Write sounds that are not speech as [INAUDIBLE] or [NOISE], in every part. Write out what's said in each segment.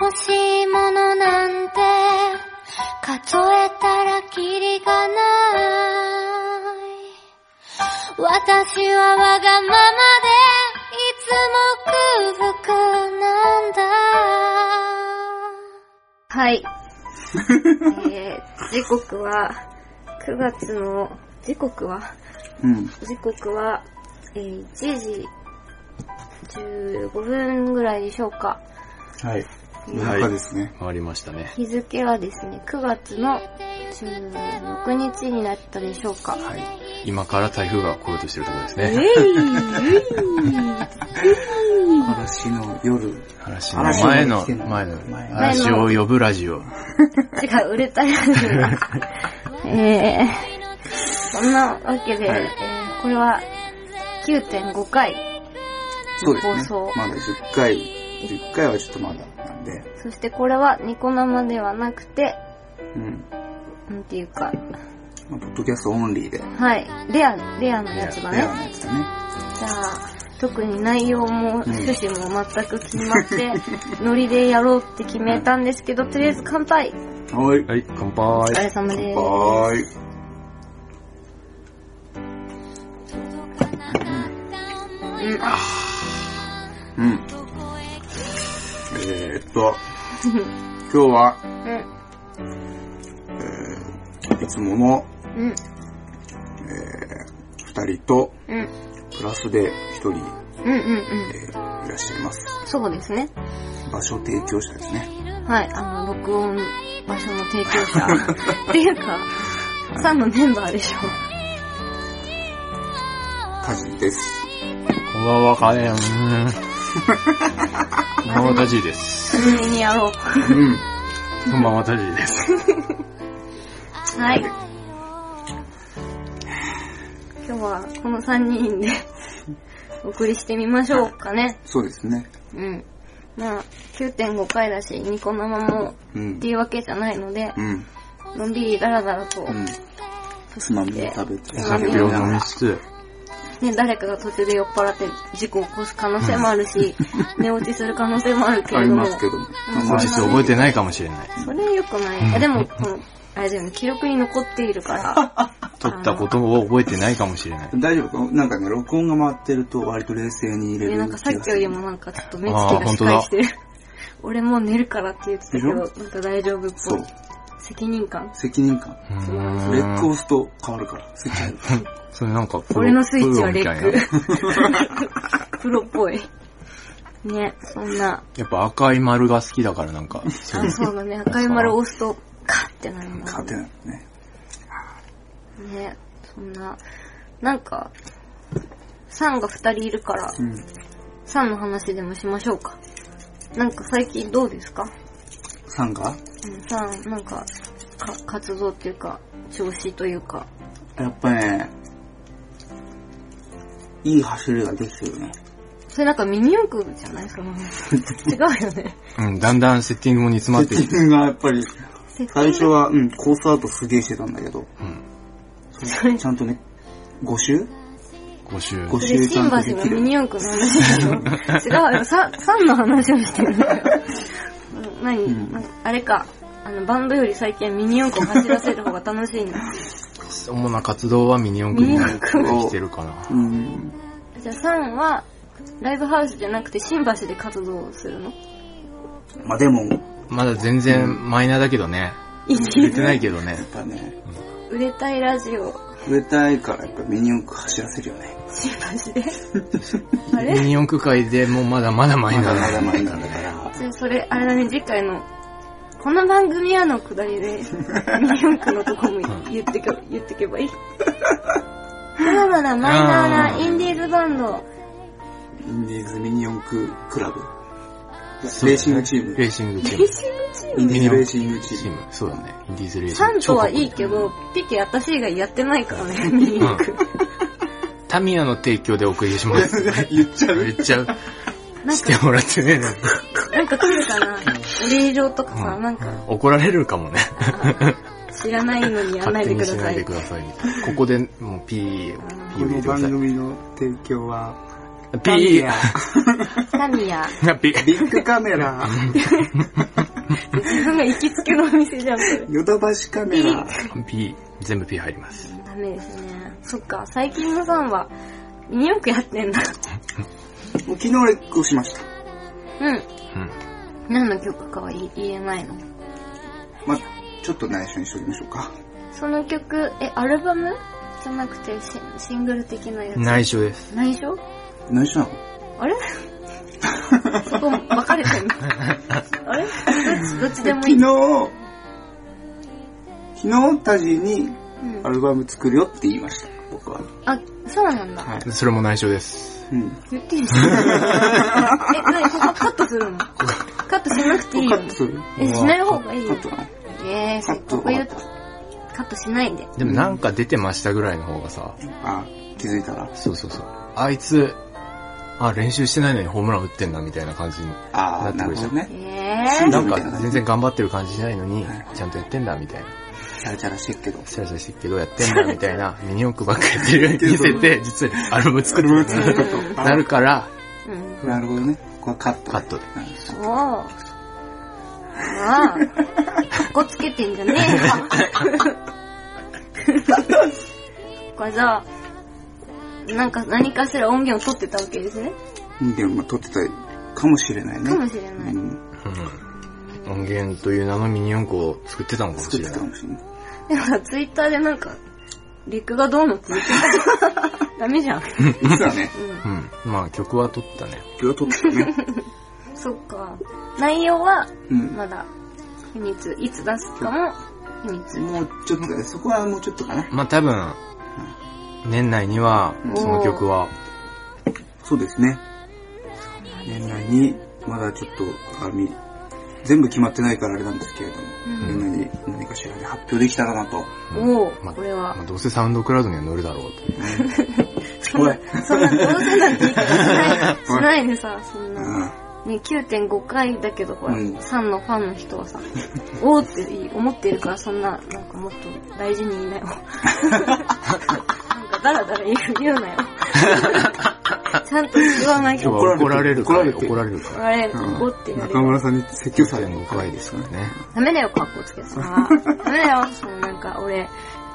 欲しいものなんて数えたらキリがない私はわがままでいつも空腹なんだはい。えー、時刻は、9月の、時刻は、うん。時刻は、えー、1時15分ぐらいでしょうか。はい。夜はい中ですね。回りましたね。日付はですね、9月の16日になったでしょうか。はい。今から台風が来ようとしてるところですえいね。えい嵐の夜。嵐の前の、嵐の前の、前の嵐を呼ぶラジオ。違う、売れたやつ。 [LAUGHS] えー、そんなわけで、はいえーこれは9.5回、そうですね放送。まだ10回。10回はちょっとまだなんで。そしてこれはニコ生ではなくて、うん。なんていうか、まあポッドキャストオンリーで。はい、レア、レアなやつだレアね。なやつだね。じゃあ、特に内容も趣旨も全く決まって、ノリでやろうって決めたんですけど、とりあえず乾杯はい。はい、乾お疲杯。れ様です。はーい。うん、うん。えー、っと、今日は、えー、いつものうん、うん、二人と、うん、プラスで一人、うん、うん、うん。えーいらっしゃいます。そうですね。場所提供者ですね。はい、あの、録音場所の提供 [LAUGHS] 者。っていうか、さんのメンバーでしょ。カジです。こんばんは、か [LAUGHS] ねん。こんばんは、たじいです。真面目にやろう。うん。こんばんは、たじいです。はい。今日はこの3人 [LAUGHS] でお送りしてみましょうかね。そうですね。うん。まあ、9.5回だし、ニコ生もうっんて。いうわけじゃないのでう、ん。のんびりだらだらと、うんね、。つまみを食べて。つま発み表をの密室。誰かが途中で酔っ払って事故を起こす可能性もあるし、寝落ちする可能性もあるけあれりどまも、すけども。後日覚えてないかもしれない。それは良くない。いやでも、この、あれだよね、記録に残っている [LAUGHS] から、撮ったことを覚えてないかもしれない。大丈夫かなんかね、録音が回ってると割と冷静に入れるね、気ながんかすさる。っきよりもなんかちょっと目つきがしっかりしてる。 [LAUGHS] 俺もう寝るからって言ってたけど、なんでか大丈夫っぽそ。。いう責任感。責任感。うレックーん。押すと変わるから、スイッチ入る。それなんかプロ、俺のスイッチはレプロみたいなッ [LAUGHS] ク。プロっぽい。ね、そんな。やっぱ赤い丸が好きだからなんか、そうあそうだね、赤い丸を押すと、カッてなるんだ勝てないもんね。ね、そんな。なんか、サンが二人いるから、うん。サンの話でもしましょうか。なんか最近どうですかサンうがんさあ、なんか、か、活動っていうか、調子というか。やっぱね、いい走りができてるね。それなんかミニ四駆じゃないその、違うよね。うん、だんだんセッティングも煮詰まってセきッて。ティングがやっぱり、設定最初は、うん、コースアウトすげえしてたんだけど、うん。それちゃんとね、5周5周。 5それ周ちゃ新んと橋でのきミる。ニ四駆の話でしょ違うよ、サン、サンの話をしてるんだよ。うん何、うんなあれか、あの、バンドより最近ミニ四駆を走らせる方が楽しいんだ。主な活動はミニ四駆になってきてるかな。うん。じゃあサンは、ライブハウスじゃなくて新橋で活動するのまあでも、まだ全然マイナーだけどね。売れてないけどねや。っぱね、売れたいラジオ、植えたいからやっぱミニ四駆走らせるよね。新橋で。あれミニ四駆界でもまだまだマイまナーだだ。ま [LAUGHS] だ前なんだから。じゃあそれ、あれだね、次回の、この番組はのくだり [LAUGHS] で、ミニ四駆のとこも言ってけ、言ってけばいい。まだまだマイナーなインディーズバンド、インディーズミニ四駆クラブ。そうだねレーシングチーム。レーシングチーム。インディーズレーシングチチーーム。ム。そうだね。インディーズレーシング。サンとは超かっこいいけど、ピケ私以外やってないからね、ミニ四駆。タミヤの提供でお送りします。 [LAUGHS] 言っちゃう言っちゃう。なんしてか、もらってねえのに。なんか来るかな、お礼状とかさ、うんなんか、怒られるかもね。知らないのにやらないで勝手くだにしなさいでいく。ださいみたいな。ここでもうピー、ピーこを入れてのくださ番い。組の提供は、ピータミヤ。ピービッグカメラ、自分が行きつけのお店じゃん、これ。ヨドバシカメラ。ピー全部ピー入ります。ダメですね。そっか、最近のファンは、ミニ四駆やってんだ。もう昨日俺こうしました。うん。うん。何の曲かは言言えないのまあ、ちょっと内緒にしときましょうか。その曲、え、アルバムじゃなくてシン、シングル的なやつ。内緒です。内緒内緒なのあ [LAUGHS] れそこ分かれてんのあれどっちどっちでも昨いい。日、昨日タジにうんアルバム作るよって言いました、僕は。あ、そうなんだ。はい。それも内緒です。うん。言っていいのえ、なにここカットするのカットしなくていいカよッ。トするえ、しない方がいいカよッ。トなのえー、せっかく言うと、カットしないで。でもなんか出てましたぐらいの方がさ、あ、気づいたら。そうそうそう。あいつ、あ、練習してないのにホームラン打ってんなみたいな感じに。あー、なってくなるるほじゃどんね。えーうんなんか全然頑張ってる感じしないのには、ちゃんとやってんだみたいな。チャラチャラしてるけど。シャラシャラしてるけどやってんだみたい [LAUGHS] な、ミニ四駆ばっかりやってるように見せて、実はアルバム作るブーツのことなるから、うん。なるほどね。ここはカット。カットで。うんおー。ああ。かっこつけてんじゃねえよ。 [LAUGHS] これじゃあ、なんか何かしら音源を取ってたわけですね。うんでも、まあ撮ってたかもしれないね。。かもしれないうんうん音源という名のミニ四駆を作ってたのかも作しっれてなたかい。もしれない。でもさ、ツイッターでなんか、リクがどうのって言ってたダメじゃん。実 [LAUGHS] はね、うん。うん。まあ曲は撮ったね。今日撮ってたね。そっか。内容は、うん。まだ、秘密。いつ出すかも、秘密。もうちょっとだね、そこはもうちょっとかな。まあ多分、年内には、その曲は、そうですね。年内に、まだちょっと、あみ、全部決まってないからあれなんですけれども、うん年内に何かしらで発表できたらなと。おまお、これはまあ、。どうせサウンドクラウドには乗るだろうと。おい、そんな、どうせなんて言い方し [LAUGHS] ない、しないでさ、そんうな。ん。ね、9.5回だけど、ほら、うん3のファンの人はさ、おーって思ってるから、そんな、なんかもっと大事に言いなよ。なんかダラダラ言う言うなよ。ちゃんと言わない今と。日は怒られるから、怒られて怒られるから。あれ、うん怒ってやる中。村さんに説教される9.5回で [LAUGHS] すからね。ダメだよ、格好つけてさ。ダメだよ、そのなんか俺、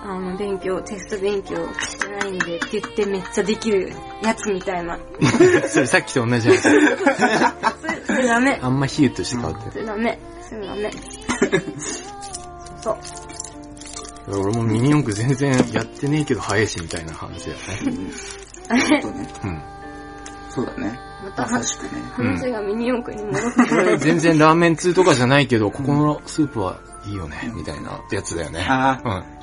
あの、勉強、テスト勉強してないんでって言ってめっちゃできるやつみたいな。それさっきと同じじゃないですかそれ、それダメ。あんま比喩として変わってそれダメ。それダメ。そう。ない。俺もミニ四駆全然やってねえけど早いしみたいな話だようね。んちあょっれとね、うん。そうだね。また優しくね。話がミニ四駆に戻っ俺て、全然ラーメン通とかじゃないけど、ここのスープはいいよね、みたいなやつだよね。あ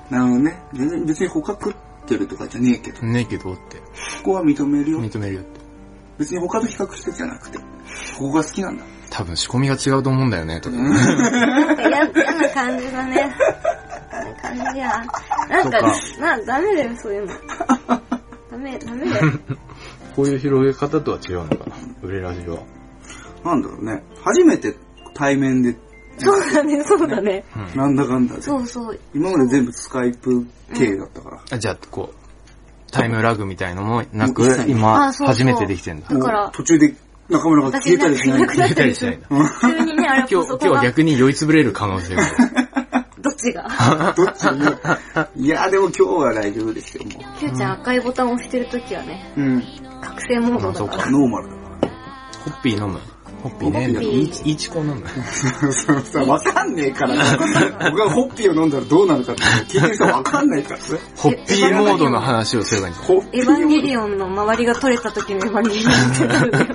うなるほどね。全然別に捕獲ってるとかじゃねえけど、こん。ねえけどって。こは認めるよ。認めるよって。別に他と比較してじゃなくて、ここが好きなんだ。多分仕込みが違うと思うんだよね、とか。なんか嫌嫌な感じだね。嫌な感じや。なんか、な、ダメだよ、そういうの。ダメ、ダメだよ。こういう広げ方とは違うのかな。売れラジオは。なんだろうね。初めて対面で、 [LAUGHS] そうだね、そうだね。うんなんだかんだで。そうそう。今まで全部スカイプ系だったから。あじゃあ、こう、タイムラグみたいのもなくもう一切、ない今、あそうそう初めてできてんだ。だからもう途中で中村が私消えたりしないなくなった出たりりすしるな。いな。 [LAUGHS] 普通にね、あれ、こ今日、そ今こ日はが、逆に酔いつぶれる可能性がある。どっちが。どっちにいや、でも今日は大丈夫ですよ、もキューちゃん赤いボタンを押してるときはね、う。うん。覚醒モードだから。ノーマルだかホッピー飲む。ホッピーね。ッホピーいちいちこ飲む。ら。そうそう、 [LAUGHS] わかんねえからな。僕がホッピーを飲んだらどうなるかって聞いてる人わかんないからね。ホッピーモードの話をすればいいんじゃホッエヴァンゲリオンの周りが取れた時のエヴァンゲリオン [LAUGHS] ってなるんだよ。な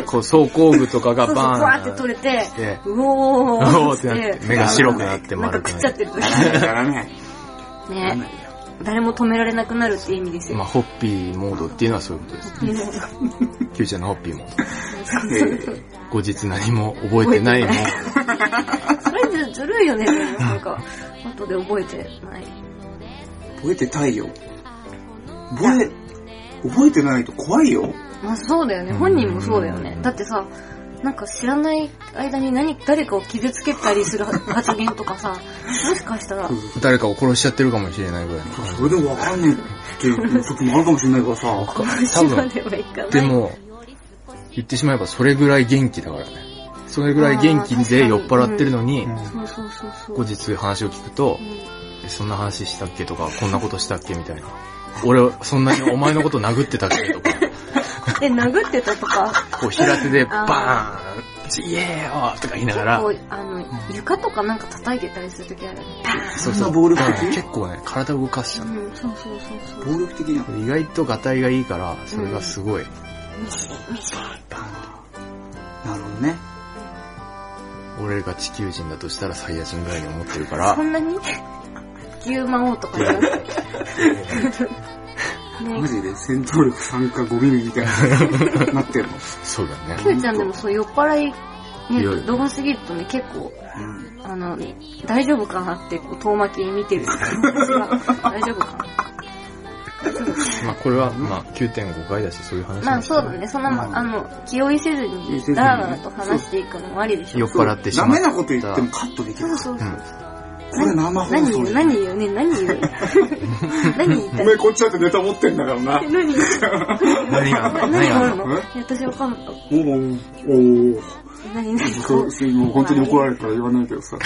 いこう、走行部とかがそうそう、ババーーってン。取れてして、うおおーーっっててなって、 [LAUGHS] な目が白くなってんか丸く食っちなゃっってて。るやらない。やらなねいよ誰も止められなくなるって意味ですよ。まあ、ホッピーモードっていうのはそういうことです。もうキューちゃんのホッピーモード。えー後日何も覚えてないもん。それずずるいよね、なんか。後で覚えてない。覚えてたいよ。覚え、覚えてないと怖いよ。まあそうだよね、本人もそうだよねう。んだってさ、なんか知らない間に何、誰かを傷つけたり [LAUGHS] する発言とかさ、もしかしたら、誰かを殺しちゃってるかもしれないぐらいの感それでもわかんねえっていう時もあるかもしれないからさ。じ。多ま分、ではいかない。でも、言ってしまえばそれぐらい元気だからね。それぐらい元気で酔っ払ってるのに、うんそうそうそうそう。後日話を聞くとう、んえそんな話したっけとか、こんなことしたっけみたいな。俺、そんなにお前のこと殴ってたっけとか、 [LAUGHS] で、殴ってたとか、こう平手でバーン、イエーよとか言いながら、こう、あの、床とかなんか叩いてたりするときある。そうそそう。んな暴力うん的結構ね、体動かしちゃう。うん、そうそうそうそう。暴力的な。意外とガタイがいいから、それがすごい。ミシミシなるほどね。俺が地球人だとしたらサイヤ人ぐらいに思ってるかそら、んなに牛魔王とかじゃなくて。マねジで戦闘力3か5ミリみたいな、なって [LAUGHS] るの。そうだね。キューちゃんでもそう酔っ払い、いやいやね、動画すぎるとね、結構、うん。あの、大丈夫かなって、こう、遠巻きに見てる。私が大丈夫かなまあこれは、まあ9.5回だし、そういう話まなあんですけそどうだね、そんな、まうんあの、気負いせず気負いにせず、にダラダラと話していくのもありでし酔ょっ。払ってしまダった。メなこと言ってもカットできるそう。そうそう。これ生放送何、で。何言うね、何言う。何言いたおい前こっちだってネタ持ってんだからな。え何何がな何何があがるのえいや私わかんない。おーおー何何そう、すもう本当に怒られたら言わないけどさ。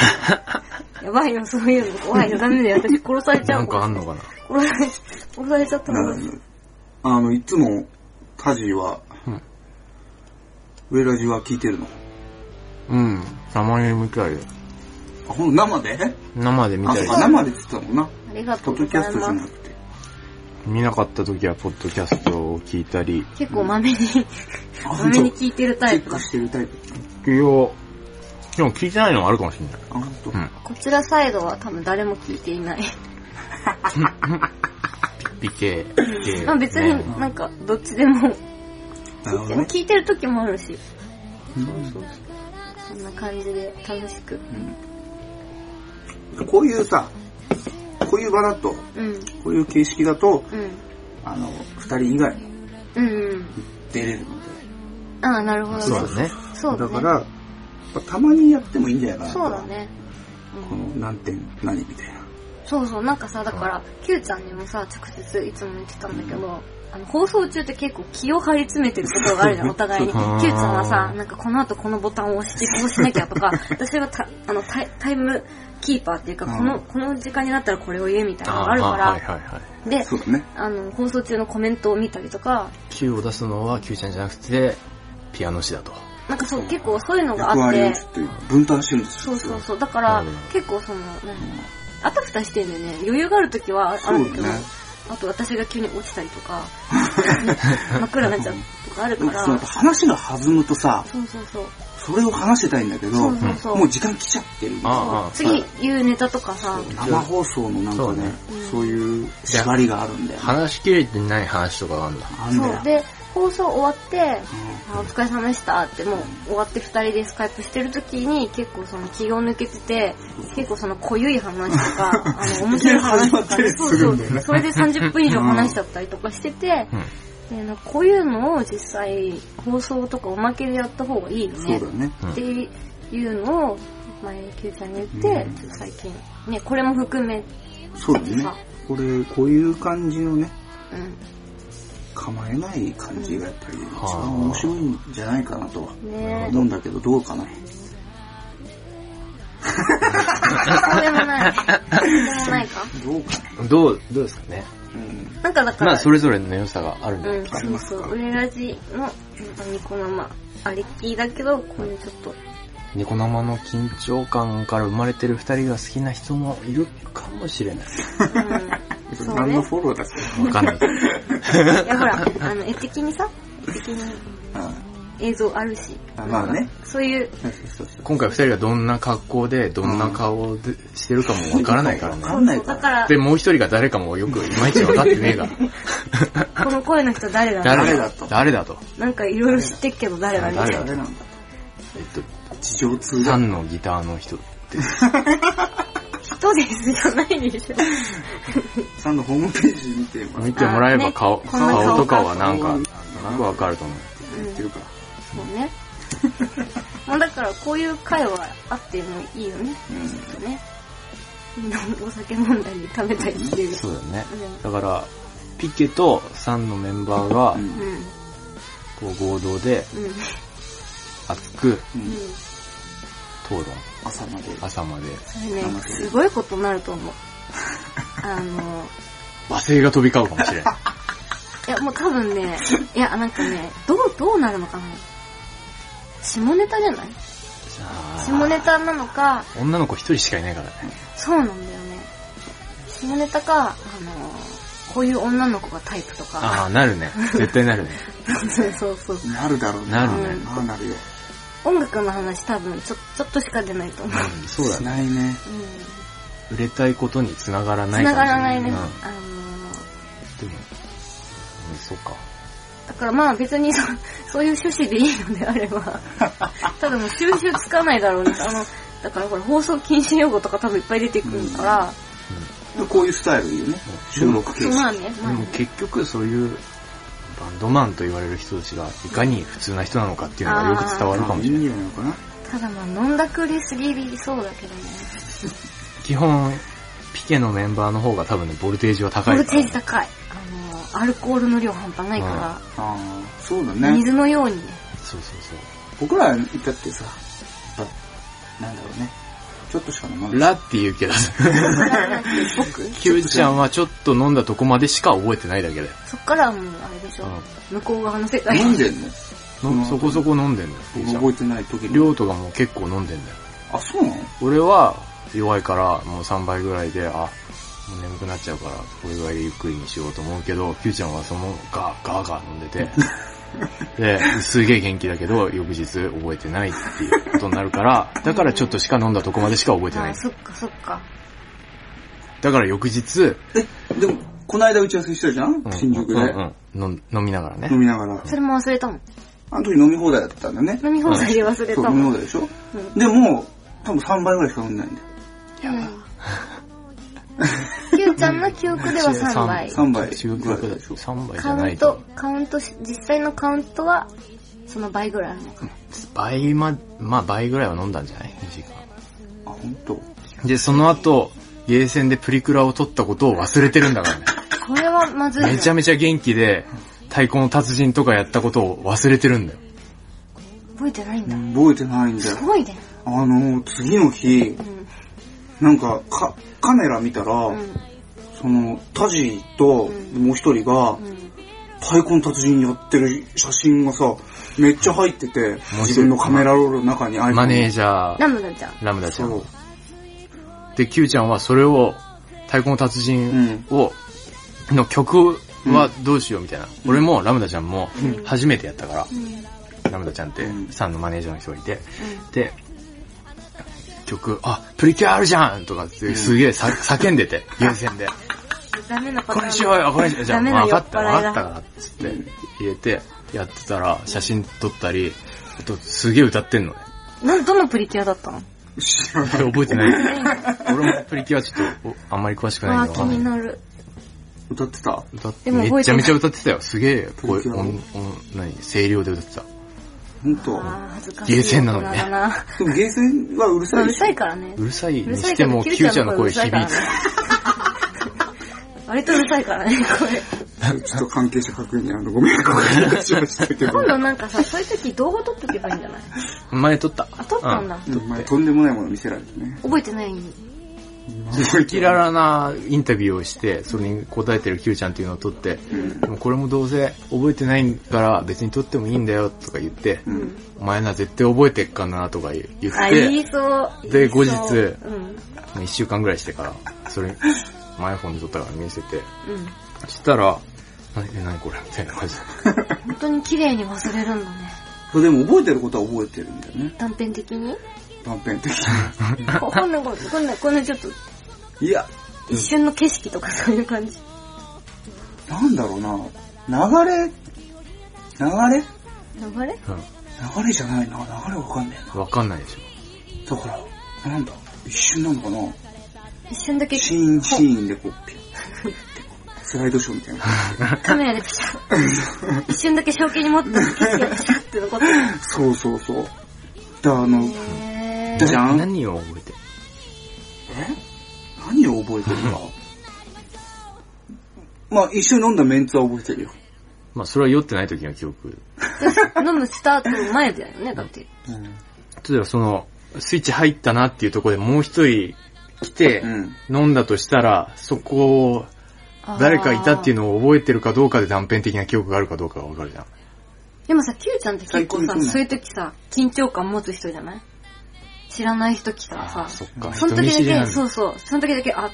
やばいよ、そういうの怖いよ。ダメだよ、私殺されちゃなうんかあんのかな殺され、殺されちゃったの。あの、いつも、タジは、うんウェラジは聞いてるの。うん。たまに見たいよ。あ、ほんと生で生で見あ、たそいうか、よ。生で言ってたもんな。ありがとポうッごドキざャスいトじゃまなす。くて。見なかった時は、ポッドキャストを聞いたり、結構まめに、あ、まほんめとにチ聞いてるタイェップクだ。してるタイプ。聞よう。でも聞いてないのもあるかもしれない。あ、ほんと。うん。こちらサイドは多分誰も聞いていない。ピッピ系。系まあ別にねなんかどっちでもなるほどね。聞いてる時もあるし、うんそんな感じで楽しく。うんこういうさ、こういう場だと、うん、こういう形式だと、うん、あの、二人以外うん、うん。出れるので。ああ、なるほど。そうだね。そうだだね。から、やっぱたまにやってもいいんじゃないかな。そうだ。ね。この何点何みたいな。そうそう、なんかさ、だから、Q ちゃんにもさ、直接いつも言ってたんだけど、あの、放送中って結構気を張り詰めてることがあるじゃん、お互いに。Q ちそうそうゃんはさ、なんかこの後このボタンを押してこうしなきゃとか、私はたあのタイタイムキーパーっていうか、こうの、んこの時間になったらこれを言えみたいなのがあるーかはいら、はいはい。で、そうだね。あの、放送中のコメントを見たりとか、 Q を出すのは Q ちゃんじゃなくて、ピアノ師だと。なんかそう、結構そういうのが役あっ割をて、ちょっと分担してるんですそよ。うそうそう、だからうん、結構その、なんあたふたしてんだよね。余裕がある時はあるけそうど、だねあと私が急に落ちたりと [LAUGHS] か、真っ暗になっちゃうとかあるかなんからその、やっぱ話が弾むとさ、そうそうそう。それを話してたいんだけど、そうそうそう。もう時間来ちゃってる。ああ次言うネタとかさ、生放送のなんかね、そそううねいう縛りがあるんだよね。話しきれてない話とかがあるんだ。あんだそよう。。で、放送終わって、うあお疲れ様でしたって、もう終わって二人でスカイプしてる時に結構その気を抜けてて、結構その濃ゆい話と [LAUGHS] か、あの、面白い話とかいきなり始まったりそうすそるうんだよねそれで30分以上話しちゃったりとかしてて、うん。でなんかこういうのを実際放送とかおまけでやった方がいいよんねそうだね。うんっていうのを前に Q ちゃんに言って、ちょっと最近ねこれも含めそうだねさ。これ、こういう感じのね、う構えない感じがやっぱり一はあ番面白いんじゃないかなとはんね思うんだけど、どうかな。えそうでもない [LAUGHS] そうでもないかどうかな。どう、どうですかね。うん。なんかだかまらあ、それぞれの良さがあるんだうんありそうますそかう上ラジのなんかニコ生ありきだけどこういうちょっとニコ生の緊張感から生まれてる二人が好きな人もいるかもしれない。う [LAUGHS] んそう何ねのフォローだっけわかんないけど。いやほらあの絵的にさ絵的に映像あるしあまあねなんかそういうそうそうそう [LAUGHS] 今回二人がどんな格好で、どんな顔でしてるかもわからないからわかね。んないかだら。からで、もう一人が誰かもよくいまいちわかってねえが。この声の人誰だ [LAUGHS] 誰誰だだとと。誰だと。なんかいろいろ知ってっけど誰だみたい誰ななん。だえっと、地上通3だ。のギターの人。人ですじゃないでしょ。さんのホームページ見てもらっ見てもらえば顔、あーね顔とかはこんなな顔んか、かなんかわかると思う。てるから。そうね。 [LAUGHS] まあだからこういう会はあってもいいよね。うんきっとね。 [LAUGHS] みんなお酒飲んだり食べたりしてる。そうだよねう。んだから、ピケと3のメンバーがう、んうん。こう合同でうん。うん。熱くうん。討論、朝まで。朝まで。それね、すごいことになると思う。あの、罵声が飛び交うか [LAUGHS] もしれない。いや、もう多分ね、いや、なんかね、どう、どうなるのかな。下ネタじゃない下ネタなのか、女の子一人しかいないからね。そうなんだよね。下ネタか、あの、こういう女の子がタイプとか。ああ、なるね。絶対なるね。 [LAUGHS] そうそうそう。なるだろうなな。るね。うんああ、なるよ。音楽の話多分、ちょ、ちょっとしか出ないと思う。うん、そうだしね。ないね。うん。売れたいことに繋がらない繋がらないね。ね。あうんのー、でも、うん、そうか。だからまあ別にそ、そういう趣旨でいいのであれ [LAUGHS] ば、ただもう収集つかないだろうね。あの、だからこれ放送禁止用語とか多分いっぱい出てくるから、こういうスタイルいいよね。収録形そう式。まあね、まあでもね。結局そういう、バンドマンと言われる人たちが、いかに普通な人なのかっていうのがよく伝わるかもしれいいんない。じゃないのかな。ただまあ飲んだくりすぎそうだけどね。基本、ピケのメンバーの方が多分ね、ボルテージはボ高いルからテージ高い。あのー、アルコールの量半端ないかああ、そうだら、ね。水のよ [LAUGHS] うにね。そうそうそう。僕ら行ったってさ、やっぱなんだろうね。ちょっとしか飲まない。ラって言うけど、僕キュウちゃんはちょっと飲んだとこまでしか覚えてないだけだよ。そっからはもうあれでしょ。向こう側の世界飲んでんののそこそこ飲んでんだよ、キュウ僕ちゃ覚えん。てない時に。りょうとかも結構飲んでんだよ。あ、そうなの俺は弱いからもう3杯ぐらいで、あ、もう眠くなっちゃうから、これぐらいでゆっくりにしようと思うけど、キュウちゃんはそのガーガーガー飲んで [LAUGHS] て、で、すげえ元気だけど、翌日覚えてないっていうことになるから、だからちょっとしか飲んだとこまでしか覚えてなあいー。そっかそっか。だから翌日、え、でも、この間打ち合わせしたじゃんうん新宿で。うんうん飲ん飲みながらね飲。みながら。それも忘れたもん。あの時飲み放題だったんだよね。飲み放題で忘れたそもう、ん飲み。放題でしょうんでも、多分3杯ぐらいしか飲んでないんだよ。キューちゃんの記憶では3倍。三杯中ぐらい学ででしょ3杯じカゃなウいンとト。、カウントし、実際のカウントは、その倍ぐらいあるのかな。倍ま、まあ倍ぐらいは飲んだんじゃない ?2 時間。あ、ほんと。で、その後、ゲーセンでプリクラを撮ったことを忘れてるんだ [LAUGHS] からね。これはまずいね。めちゃめちゃ元気で、太鼓の達人とかやったことを忘れてるんだよ。覚えてないんだ。覚えてないんだよす。ごいね。あの、次の日、うん。なんか、か、カメラ見たら、うん。その、タジと、もう一人が、うん。太鼓の達人やってる写真がさ、めっちゃ入ってて、人自分のカメラロールの中に iPhone マネージャー、ラムダちゃん。ラムダちゃそん。で、キューちゃんはそれを、太鼓の達う。う人ん。を、の曲はどうしようみたいな。俺もラムダちゃんもうん初めてやったから、うん。うん。ラムダちゃんってうんさんのマネージャーの人がいて、で、曲、あ、プリキュアあるじゃんとかってすげえさ叫んで [LAUGHS] て、優先で。ダメなパタこーン。れにしようよ、これにしよう。じゃあ、ダメまなあ酔分っかった、払い分かだったから、つって入れて、やってたら、写真撮ったり、あと、すげえ歌ってん [LAUGHS] のね。なん、どのプリキュアだったの覚えてない。 [LAUGHS] 俺もプリキュアちょっと、おあんまり詳しくないあんー、で気わかにんない。なる。歌ってた歌っでても覚めえちてゃないめちゃ歌ってたよ。すげえ、こプリキう、ュアおん、おん、何、声量で歌ってた。ほんと。あー、恥ずかしい。ゲーセンなのにね大人だな。でもゲーセンはうるまさあ、いうるでしょさいからねう。るさいにうるさいしけてど、も、キキューューちちゃゃんんのの声声響響いいててる。割とうるさい [LAUGHS] からね、声。ちょっと関係者確認にあの、ご迷惑をおか [LAUGHS] けしましたけど。今度なんかさ、 [LAUGHS] そういう時動画撮っとけばいいんじゃない前撮った。あ、撮ったんだ。お前とんでもないもの見せられてね。覚えてないキキララなインタビューをして、それに答えてる Q ちゃんっていうのを撮って、でもこれもどうせ覚えてないから別に撮ってもいいんだよとか言って、うん。お前な絶対覚えてっかなとか言言あ、言っいそう。で言い後そう日うん。て、一週間ぐらいしてから、それ、マイフォンで撮ったから見せて、うん。そしたら、なえ、なにこれみたいな感じで。本当に綺麗に忘れるんだね。そうでも覚えてることは覚えてるんだよね。断片的に断片的に。 [LAUGHS] ここんな、こんな、こんなちょっと、いや、一瞬の景色とかそういう感じ。なんだろうな。流れ、流れ流れ流れじゃないな。流れわかんねえな。うん。わかんないでしょ。だから、なんだ、一瞬なのかな一瞬だけシーンシーンでこう、ピュッてこう、スライドショーみたいな。 [LAUGHS] カメラでピシャッ。一瞬だけ正気に持った景色がピシャッって残ってる。そうそうそう。だあの、へじゃん何を覚えてるえ何を覚えて [LAUGHS] るか。まあ、一緒に飲んだメンツは覚えてるよ。まあそれは酔ってない時の記憶。飲むスタート前だよね、だって。例えばその、スイッチ入ったなっていうところでもう一人来てう、ん。飲んだとしたら、そこを、誰かいたっていうのを覚えてるかどうかで断片的な記憶があるかどうかがわかるじゃん。でもさ、キューちゃんって結構最さ、近そういう時さ、緊張感持つ人じゃない知らない人来たらあさあ、、そっか。その人見時知りなだんけ、だそうそう、その時だけ、あっ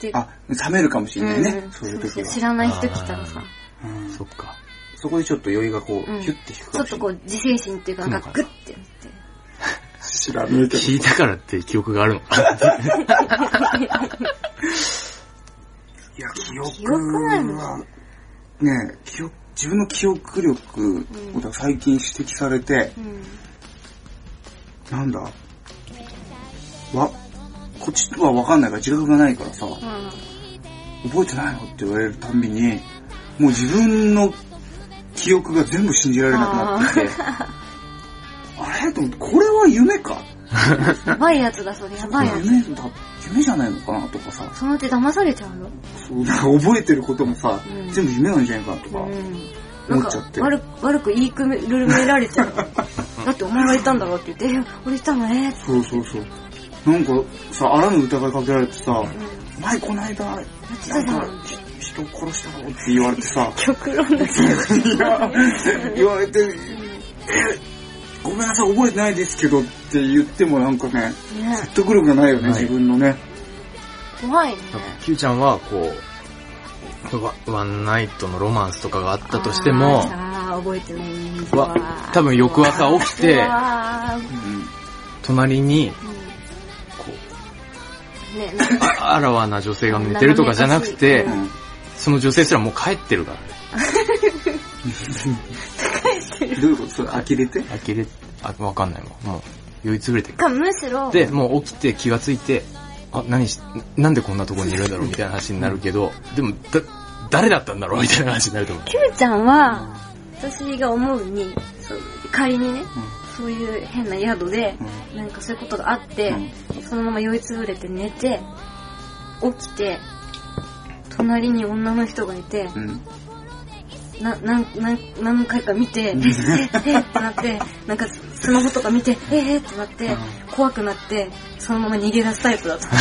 て、あ、冷めるかもしれないねう。んそういうそ時う知は。らない人来たらさ、うんそっか。そこでちょっと酔いがこう、ヒうんュッて引くちかょもっしとれなこい。う、自制心っていうか、なんかグッてなって。知らねえ聞いたからって記憶があるのかな。いや、記記憶憶ないもんは、ねえ、記憶、自分の記憶力を最近指摘されて、うん。なんだわ、こっちはわかんないから自覚がないからさ、うん。覚えてないのって言われるたんびに、もう自分の記憶が全部信じられなくなってきて、 [LAUGHS] あれと思って、これは夢かやばいやつだ、それ、やばいやつ。夢だ、夢じゃないのかなとかさ、その手騙されちゃうよ。そうだから覚えてることもさ、うん全部夢なんじゃないかなとか、うん。なん思かっちゃって、悪く、悪く言いくめるめられちゃ [LAUGHS] う。だってお前がいたんだろって言って、え俺いたのえって。そうそうそう。なんかさ、あらぬ疑いかけられてさ、うん。前この間、なんてたじゃんかひ人殺したろって言われてさ、極論だけど。いや言われて、えごめんなさい、覚えてないですけどって言ってもなんかね、ね説得力がないよね、ない自分のね。怖いね。キューちゃんは、こう、ワワンナイトのロマンスとかがあったとしても、あー覚えてないんだわ、多分翌朝起きうて、わー隣に、こうんね、なんう、かああらわな女性が寝てるとかじゃなくてう、ん。その女性すらもう帰ってるからね。どういうことそれ、呆れて呆れ、あ、わかんないもん。もう、酔いつぶれてる。か、むしろ、で、もう起きて気がついて、あ、何し、なんでこんなとこにいるんだろうみたいな話になるけど、でも、だ、誰だったんだろうみたいな話になると思う。キューちゃんは、私が思うに、そう仮にね、そういう変な宿で、なんかそういうことがあって、そのまま酔いつぶれて寝て、起きて、隣に女の人がいて、うん。うん。な、なん、なん、何回か見て、え、え、えってなって、なんかスマホとか見て、え、えってなって、怖くなって、そのまま逃げ出すタイプだと。 [LAUGHS]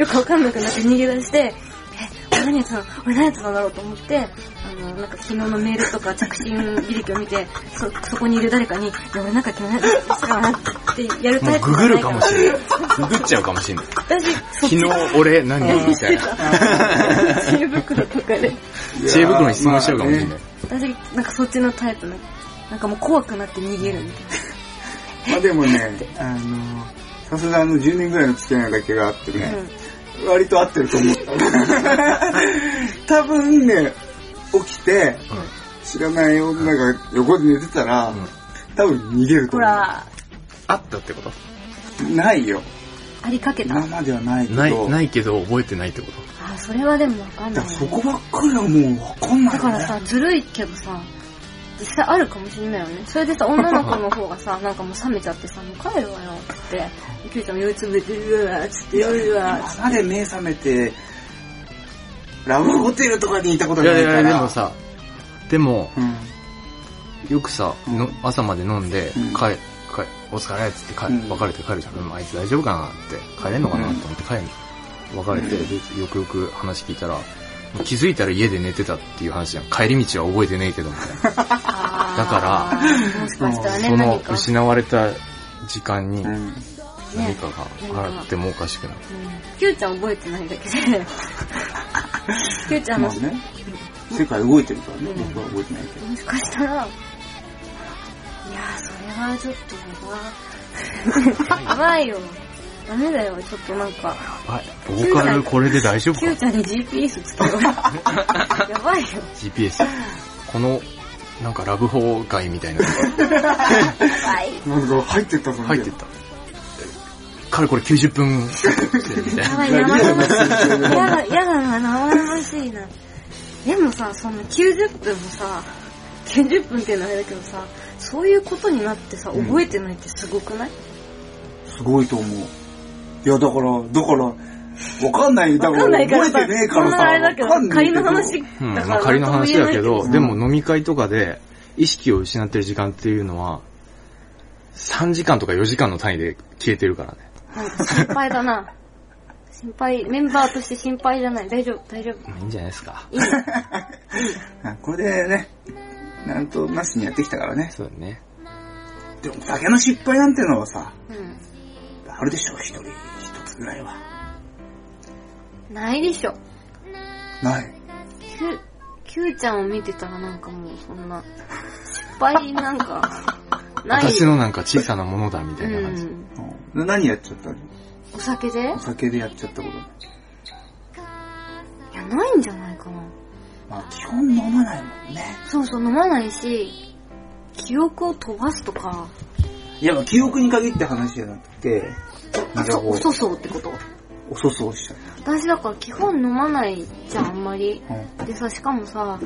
よくわかんなくなって逃げ出して、え、俺何やってたの俺何やってたんだろうと思って、あの、なんか昨日のメールとか着信履歴を見て、そ、そこにいる誰かに、いや俺なんか昨日何やってたかなってやるもタうイプググるかもしい。れない。ググっちゃうかもしれない。私、そ昨っち日俺何みたいな。知恵袋とかで。知恵袋に質問しちゃうかもしれない。私、なんかそっちのタイプの、なんかもう怖くなって逃げるみたいまあでもね、あの、さすがあの10年ぐらいの付き合いだけがあってな。うね、ん。割と合ってると思う。多分ね、起きて、知らない女が横で寝てたら、ん多分逃げるとほ思ら、あったってことう。ないよ。ありかけた。今あまではないけど。ない、ないけど覚えてないってことー、それはでもわかんだないかね。らそこばっかりはもうわかんなだいよかねらさ、ずるいけどさ、実際あるかもしんないよね。それでさ、女の子の方がさ、なんかもう冷めちゃってさ、もう帰るわよって言って、キュウちゃんも酔いつぶれてるわ、つって酔うわ、今まで目覚めて、ラブホテルとかにいたこといがなやいいかやら。いや、でもさ、でも、うん。よくさ、の朝まで飲んで、うん帰、帰、お疲れっつって帰、うん別れて帰るじゃん。でもあいつ大丈夫かなって、帰れんのかなって思って帰る別れて、でよくよく話聞いたら、気づいたら家で寝てたっていう話じゃん。帰り道は覚えてねえけど、みたいな。だあかーもしかしたらね、そ何のか。失われた時間にうん。何かがあってもおかしくない。うんキュウちゃん覚えてないだけで、キュウちゃんまのあね、世界動いてるからね、うん僕は動いてないけど。もしかしたら、いやー、それはちょっとやばい。やばいよ。ダメだよ、ちょっとなんか、はい。ボーカルこれで大丈夫キかューちゃんに GPS つけよ [LAUGHS] う。やばいよ。 ?GPS。この、なんかラブホ街みたいなのやばい。なんか入ってったぞ、が入ってった。かれこれ90分してるみたいやな。ばい、生々しい。やだ、やだな、生々しいな。でもさ、そんな90分もさ、90分っていうのはあれだけどさ、そういうことになってさ、うん覚えてないってすごくない、すごいと思う。いや、だから、だから、わかんない、多わかん分ないから覚さ、えてねえからそんさ。なあれだけどわかん、ない仮けのど話だうん、からまあ、仮の話だなけど、んとも言えないけどでも飲み会とかで意識を失ってる時間っていうのは、3時間とか4時間の単位で消えてるからね。なんか心配だな。心配、メンバーとして心配じゃない。大丈夫、大丈夫。まあ、いいんじゃないですか。いいね。あこれでね、なんとなしにやってきたからね。そうだね。でも酒の失敗なんてのはさ、うあるでしょ、一人、一つぐらいは。ん。ないでしょ。ない。キュ、キューちゃんを見てたらなんかもうそんな、失敗なん [LAUGHS] か、ない。私のなんか小さなものだみたういな感じ。ん。うん何やっちゃったのお酒でいお酒でやっちゃったこと。や、ないんじゃないかな。まあ、基本飲まないもんね。そうそう、飲まないし、記憶を飛ばすとか、いや、記憶に限った話じゃなくて、なんかそこうう、そうそうってことおそそしちゃった。私だから基本飲まないじゃん、あんまり。うんでさ、しかもさ、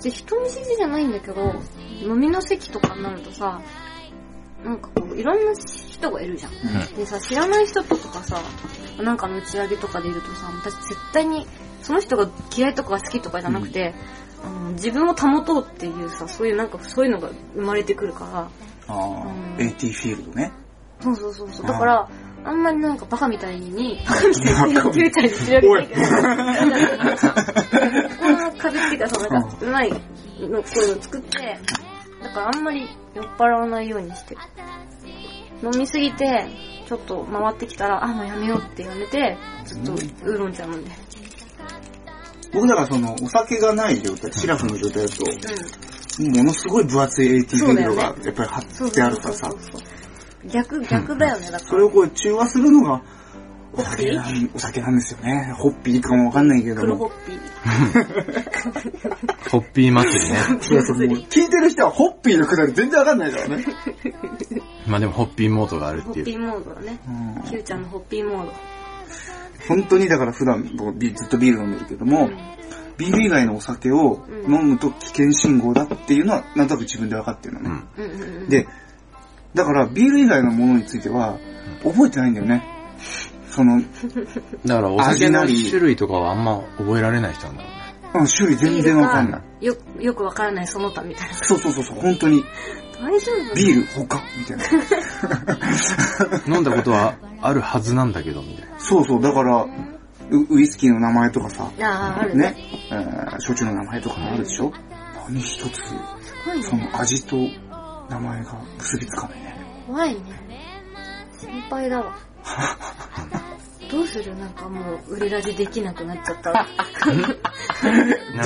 で人見知りじゃないんだけど、飲みの席とかになるとさ、なんかこう、いろんな人がいるじゃん。でさ、知らない人とかさ、なんかの打ち上げとかでいるとさ、私絶対に、その人が嫌いとかが好きとかじゃなくて、あの自分を保とうっていうさ、そういうなんか、そういうのが生まれてくるから、あうんあ、AT フィールドね。そうそうそうそう。あーだから、あんまりなんかバカみたいに、バカみたいに、キューちゃんに知られてないけど、ここの壁っていうか、そうなんか、うまいの、こういうの作って、だからあんまり酔っ払わないようにしてる。飲みすぎて、ちょっと回ってきたら、あ、もうやめようってやめて、ずっとウーロン茶飲んで。僕だからその、お酒がない状態、シラフの状態だと、うん。ものすごい分厚い AT フィールドがそやうだよっぱり貼そっうてそあうるかそうらさそう、。逆、逆だよね、だかそれらを。こう中和するのが、ホおッピ酒ーなん、お酒なんですよね。ホッピーかもわかんないけど黒ホも。ッピー。ホッピー祭りね。そうそうもう聞いてる人はホッピーのくだり全然わかんな [LAUGHS] いからね。まあでもホッピーモードがあるホってッピいう。ーモードだね。うんキューちゃんのホッピーモード。本当にだから普段僕ビずっとビール飲んでるけども、ビール以外のお酒をうん飲むと危険信号だっていうのはなんとなく自分で分かってるのうね。ん。うんうんうん。で、だからビール以外のものについては覚えてないんだよね。その、だからお酒の種類とかはあんま覚えられない人なんだろうね。うん種類全然わかんない。よ、よくわからないその他みたいな。そうそうそうそう、本当に。大丈夫ビール他みたいな。飲んだことはあるはずなんだけど、みたいな。そうそう、だから、ウウイスキーの名前とかさ、ああ、あるねね。、えー焼酎の名前とかもあるでしょ何一つ、すごいそね。の味と名前が結びつかないね。怖いね。心配 [LAUGHS] だわ。どうするなんかもう、売れラジできなくなっちゃったら。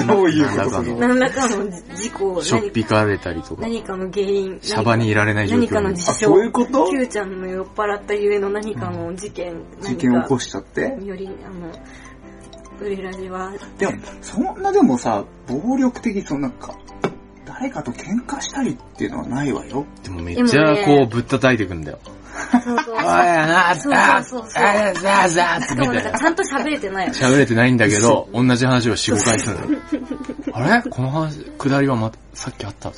どういうこなとんだか何らかの事故の、を、しょっ何かぴかれたりとか、何かの原因。シャバにいられない状況何に。かのあ、事象。そういうことキューちゃんの酔っ払ったゆえの何かの事件。事件を起こししちゃって。より、あの、売れラジ [LAUGHS] は、でも、そんなでもさ、暴力的、そのなんか、誰かと喧嘩したりっていうのはないわよ。でもめっちゃこうぶったたいてくんだよ。そうそう。おいなそうそうそうそうああざあざあみしたかいもなんかなち。ゃんと喋れてない。喋れてないんだけど、同じ話を4、5回するの。あれこの話、下りはまた、さっきあった。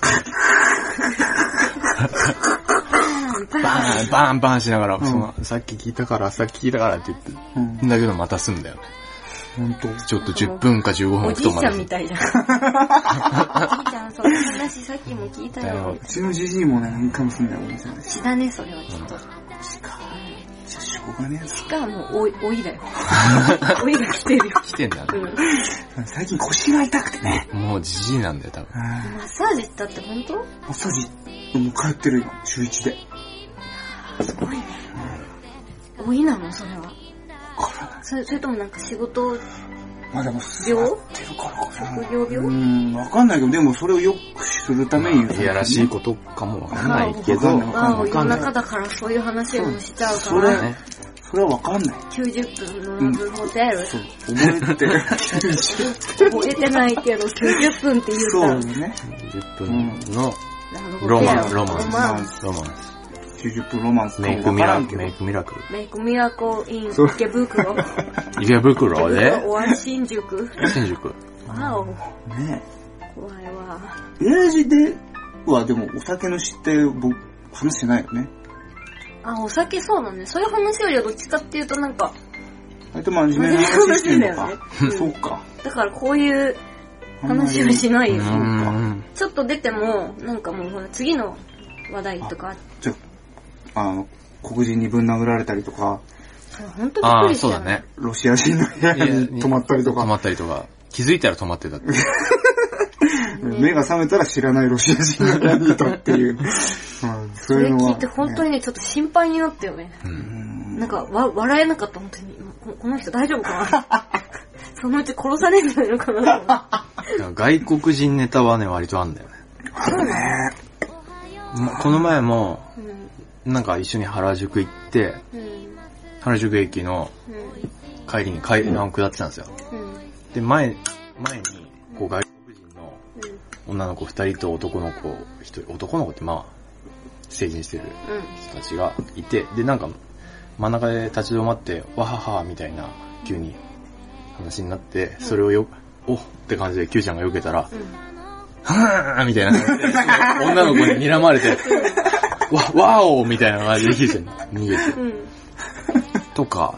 バーン、バーン、バーンしながら、そのさっき聞いたから、さっき聞いたからって言って、うん、だけどまたすんだよね。本当。ちょっと10分か15分お置くじといまちたゃすんみる。たいじゃん。おじいちゃん、その話さっきも聞いただよよ。うちのじじいもね、何回もすんだよ、お店で。血だね、それはきっと。しか、じゃあしょうがねえぞしかも、おい、おい [LAUGHS] だよ。おいが来てるよ。来てんだようね。ん。最近腰が痛くてね。もうじじいなんだよ、多分。うんマッサージしたって本当マッサージ、もう通ってるよ、週一で。すごいね。おいなの、それは。体、それそれともなんか仕事、まあでも、座ってるからかな。職業う病ん、わかんないけど、でもそれを良くするために、いやらしいことかもわかんないけわどかん、まあ、わ夜かんない中だからそういう話をしちゃうかそれら、ねそれはわかんない。 90分のラブホテル。そう、覚え [LAUGHS] てる。覚えてないけど、90分って言うそうたら、ね。 10分のラブホテル。ロマン、ロマンロ、マンロマン。 90分ロマンスかメイもクわミからラんクル、けどメイ。クミラクル。メイクミラコインそう池袋。池袋で、オア新宿。新宿。わお、ね怖いわ。え。エラジでは、でもお酒の知って僕、話してないよね。あ、お酒そうだね。そういう話よりはどっちかっていうとなんか、割と真面目な話してんのか。真面目な話だよねうんそっか。だからこういう話はしないよね。うん。ちょっと出ても、なんかもうほら次の話題とか、じゃあ、あの、黒人にぶん殴られたりとか、本当びっあくあ、りしそうだた、 [LAUGHS] ね。。ロシア人の部屋に泊まったりと止か、まったりとか。気づいたら止まってたって。目が覚めたら知らないロシア人の部屋にいたっ [LAUGHS] ていう。うんそそういれうのは、聞いて本当にね、ちょっと心配になったよね。うん。なんか、わ、笑えなかった、本当に。ここの人大丈夫かなそのうち殺されるんじゃないのかな [LAUGHS] 外国人ネタはね、割とあんだよね。あるね。もうこの前も、うん。なんか一緒に原宿行って、うん。原宿駅のうん。帰りに階段を下ってたんですよ。うん。で、前、前に、こう外国人の女の子二人と男の子一人、男の子ってまあ、成人してる人たちがいて、で、なんか、真ん中で立ち止まって、わははみたいな、急に話になって、それをよ、おって感じで、キューちゃんが避けたら、はぁーみたいな感じで。女の子に睨まれて、わ、わおみたいな感じでキューちゃん逃げて。うん。うん。とか、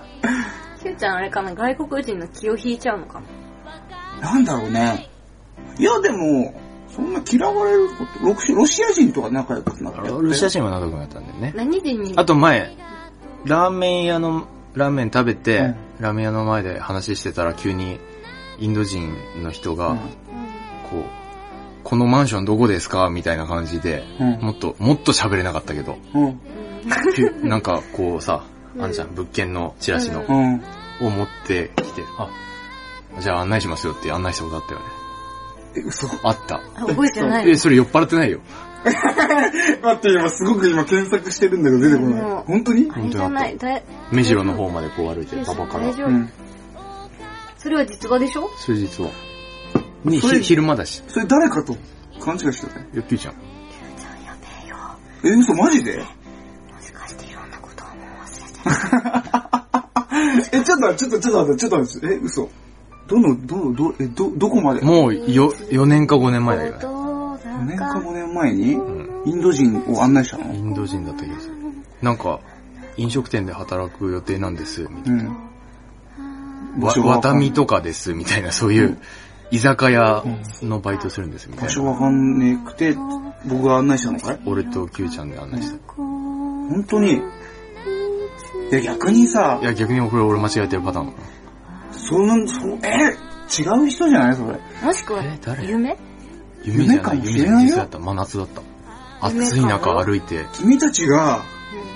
キューちゃんあれかな、外国人の気を引いちゃうのかな。なんだろうね。いや、でも、そんな嫌われること、ロシロシア人とか仲良くなって。ロシア人は長くなったんだよね。何人にあと前、ラーメン屋の、ラーメン食べて、うんラーメン屋の前で話してたら急に、インド人の人が、うんこう、このマンションどこですかみたいな感じで、うんもっと、もっと喋れなかったけど、 [LAUGHS] うん。きゅなんかこうさ、あんじゃん、物件のチラシの、うん。を持ってきて、あ、じゃあ案内しますよって案内したことあったよね。え、嘘。あった。あ覚えてないえ、それ酔っ払ってないよ。待って、今すごく今検索してるんだけど出てこなもい。う本当にあれじゃない、だい、目白の方までこう歩いキてュ、ーちゃパんパから大。丈う夫。ん。それは実話でしょ数日は。に、それひ昼間だし。それ誰かと勘違いしてたね。よっきーちゃん。え、嘘、マジで [LAUGHS] もしかしていろんなことをもう忘れてえ、ちょっと、ちょっと、ちょっと、ちょっと待って、え、嘘。どの、ど、ど、え、ど、どこまでもうよ、4年か5年前だよね。どうだ ?4 年かか。 5年前に、んインド人を案内したイのンド人だった気がする。なんか、飲食店で働く予定なんです、みたういん。な。わ、わたみとかです、みたいな、そういう、居酒屋のバイトするんです、みた場い所な。わかんねくて、僕が案内したのかい俺と Q ちゃんで案内した。本当に。いや、逆にさい、や、逆にこれ俺間違えてるパターンかな。そんな、そう、え、違う人じゃないそれ。もしくはえ誰、夢夢じゃ夢かない、もし夢じゃれな、ないい実よ際だった。真夏だった。夢か暑い中歩いて、君たちが、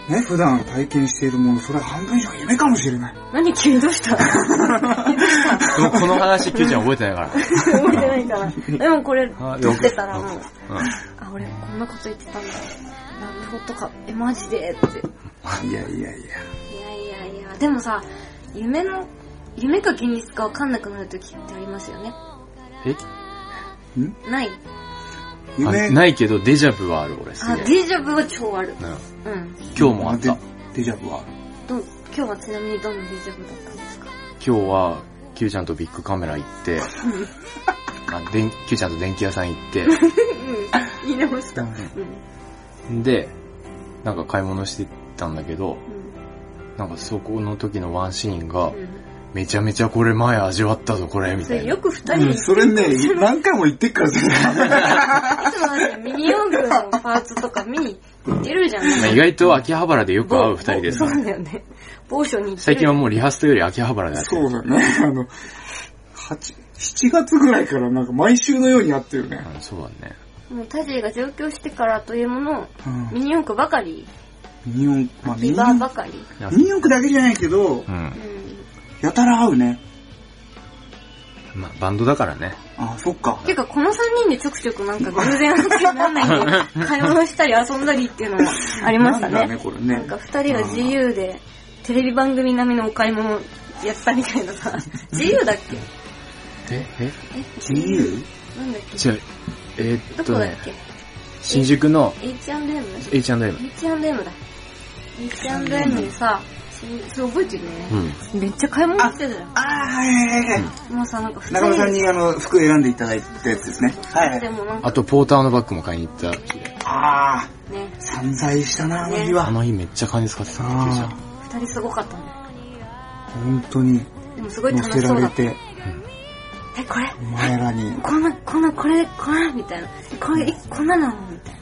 ね、普段体験しているもの、それは半分以上夢かもしれない。何急にどう [LAUGHS] したでもこの話 Q ちゃん覚えてないから。覚えてない [LAUGHS] から。でもこれ、あ撮ってたらもう、うんあ、俺こんなこと言ってたんだ。なるほどか。え、マジでって。いやいやいやいや。いやいや、でもさ、夢の、夢か現実かわかんなくなる時ってありますよね。えない夢、あないけど、デジャブはある、俺。すあ、げえデジャブは超ある。うんうん。今日もあった。で。デジャブはある。どう今日はちなみにどんなデジャブだったんですか今日は、キューちゃんとビッグカメラ [LAUGHS] 行って、あでんキューちゃんと電気屋さん行って、うん。言い直した。うん。で、なんか買い物してたんだけど、なんかそこの時のワンシーンがう、ん。めちゃめちゃこれ前味わったぞ、これ、みそたれいよな。く二人うでん、それね、何回も言ってっからじゃない。いつもだってミニ四駆のパーツとか見に行ってるじゃん。まあ意外と秋葉原でよく会う二人ですそ。うだよね。某所に行ってる。最近はもうリハストより秋葉原で会ってるそうだね。 [LAUGHS] あの、八7月ぐらいからなんか毎週のようにやってるね。うんそうだね。もうタジェが上京してからというもの、うんミニ四駆ばかり、ミニオン、まあ、ミリニバオーン、ばかり。ミニオンだけじゃないけどう、ん。うやたら合うね。まあ、バンドだからね。あ、そっかん。。てか、この三人でちょくちょくなんか偶然話になんないで、買い物したり遊んだりっていうのもありましたなんねだ。ね、これなんねか。二人が自由で、テレビ番組並みのお買い物やったみたいなさ、自由だっけえ、え自由なんだっけ違う。えーっどとこだっね、け新宿の ?H&M? H&M。 H&M だ。H&M でさ、そそれ覚えてるよねう。ん。めっちゃ買い物してたじゃん。あー、はいはいはいはい。もうさ、なんか普中野さん通にあの、服選んでいただいたやつですね。はいはでい。もなんあかと、ポーターのバッグも買いに行った日で。あね、ー、散財したな、あの日は。あの日めっちゃ金使ってたんだ、あキーューちゃん。二人すごかったね。本当にでもすごい乗楽しせそらうだれった。て、え、これお前らに、こんな、こんな、これ、これみたいな。これ、えこんななのみたいな。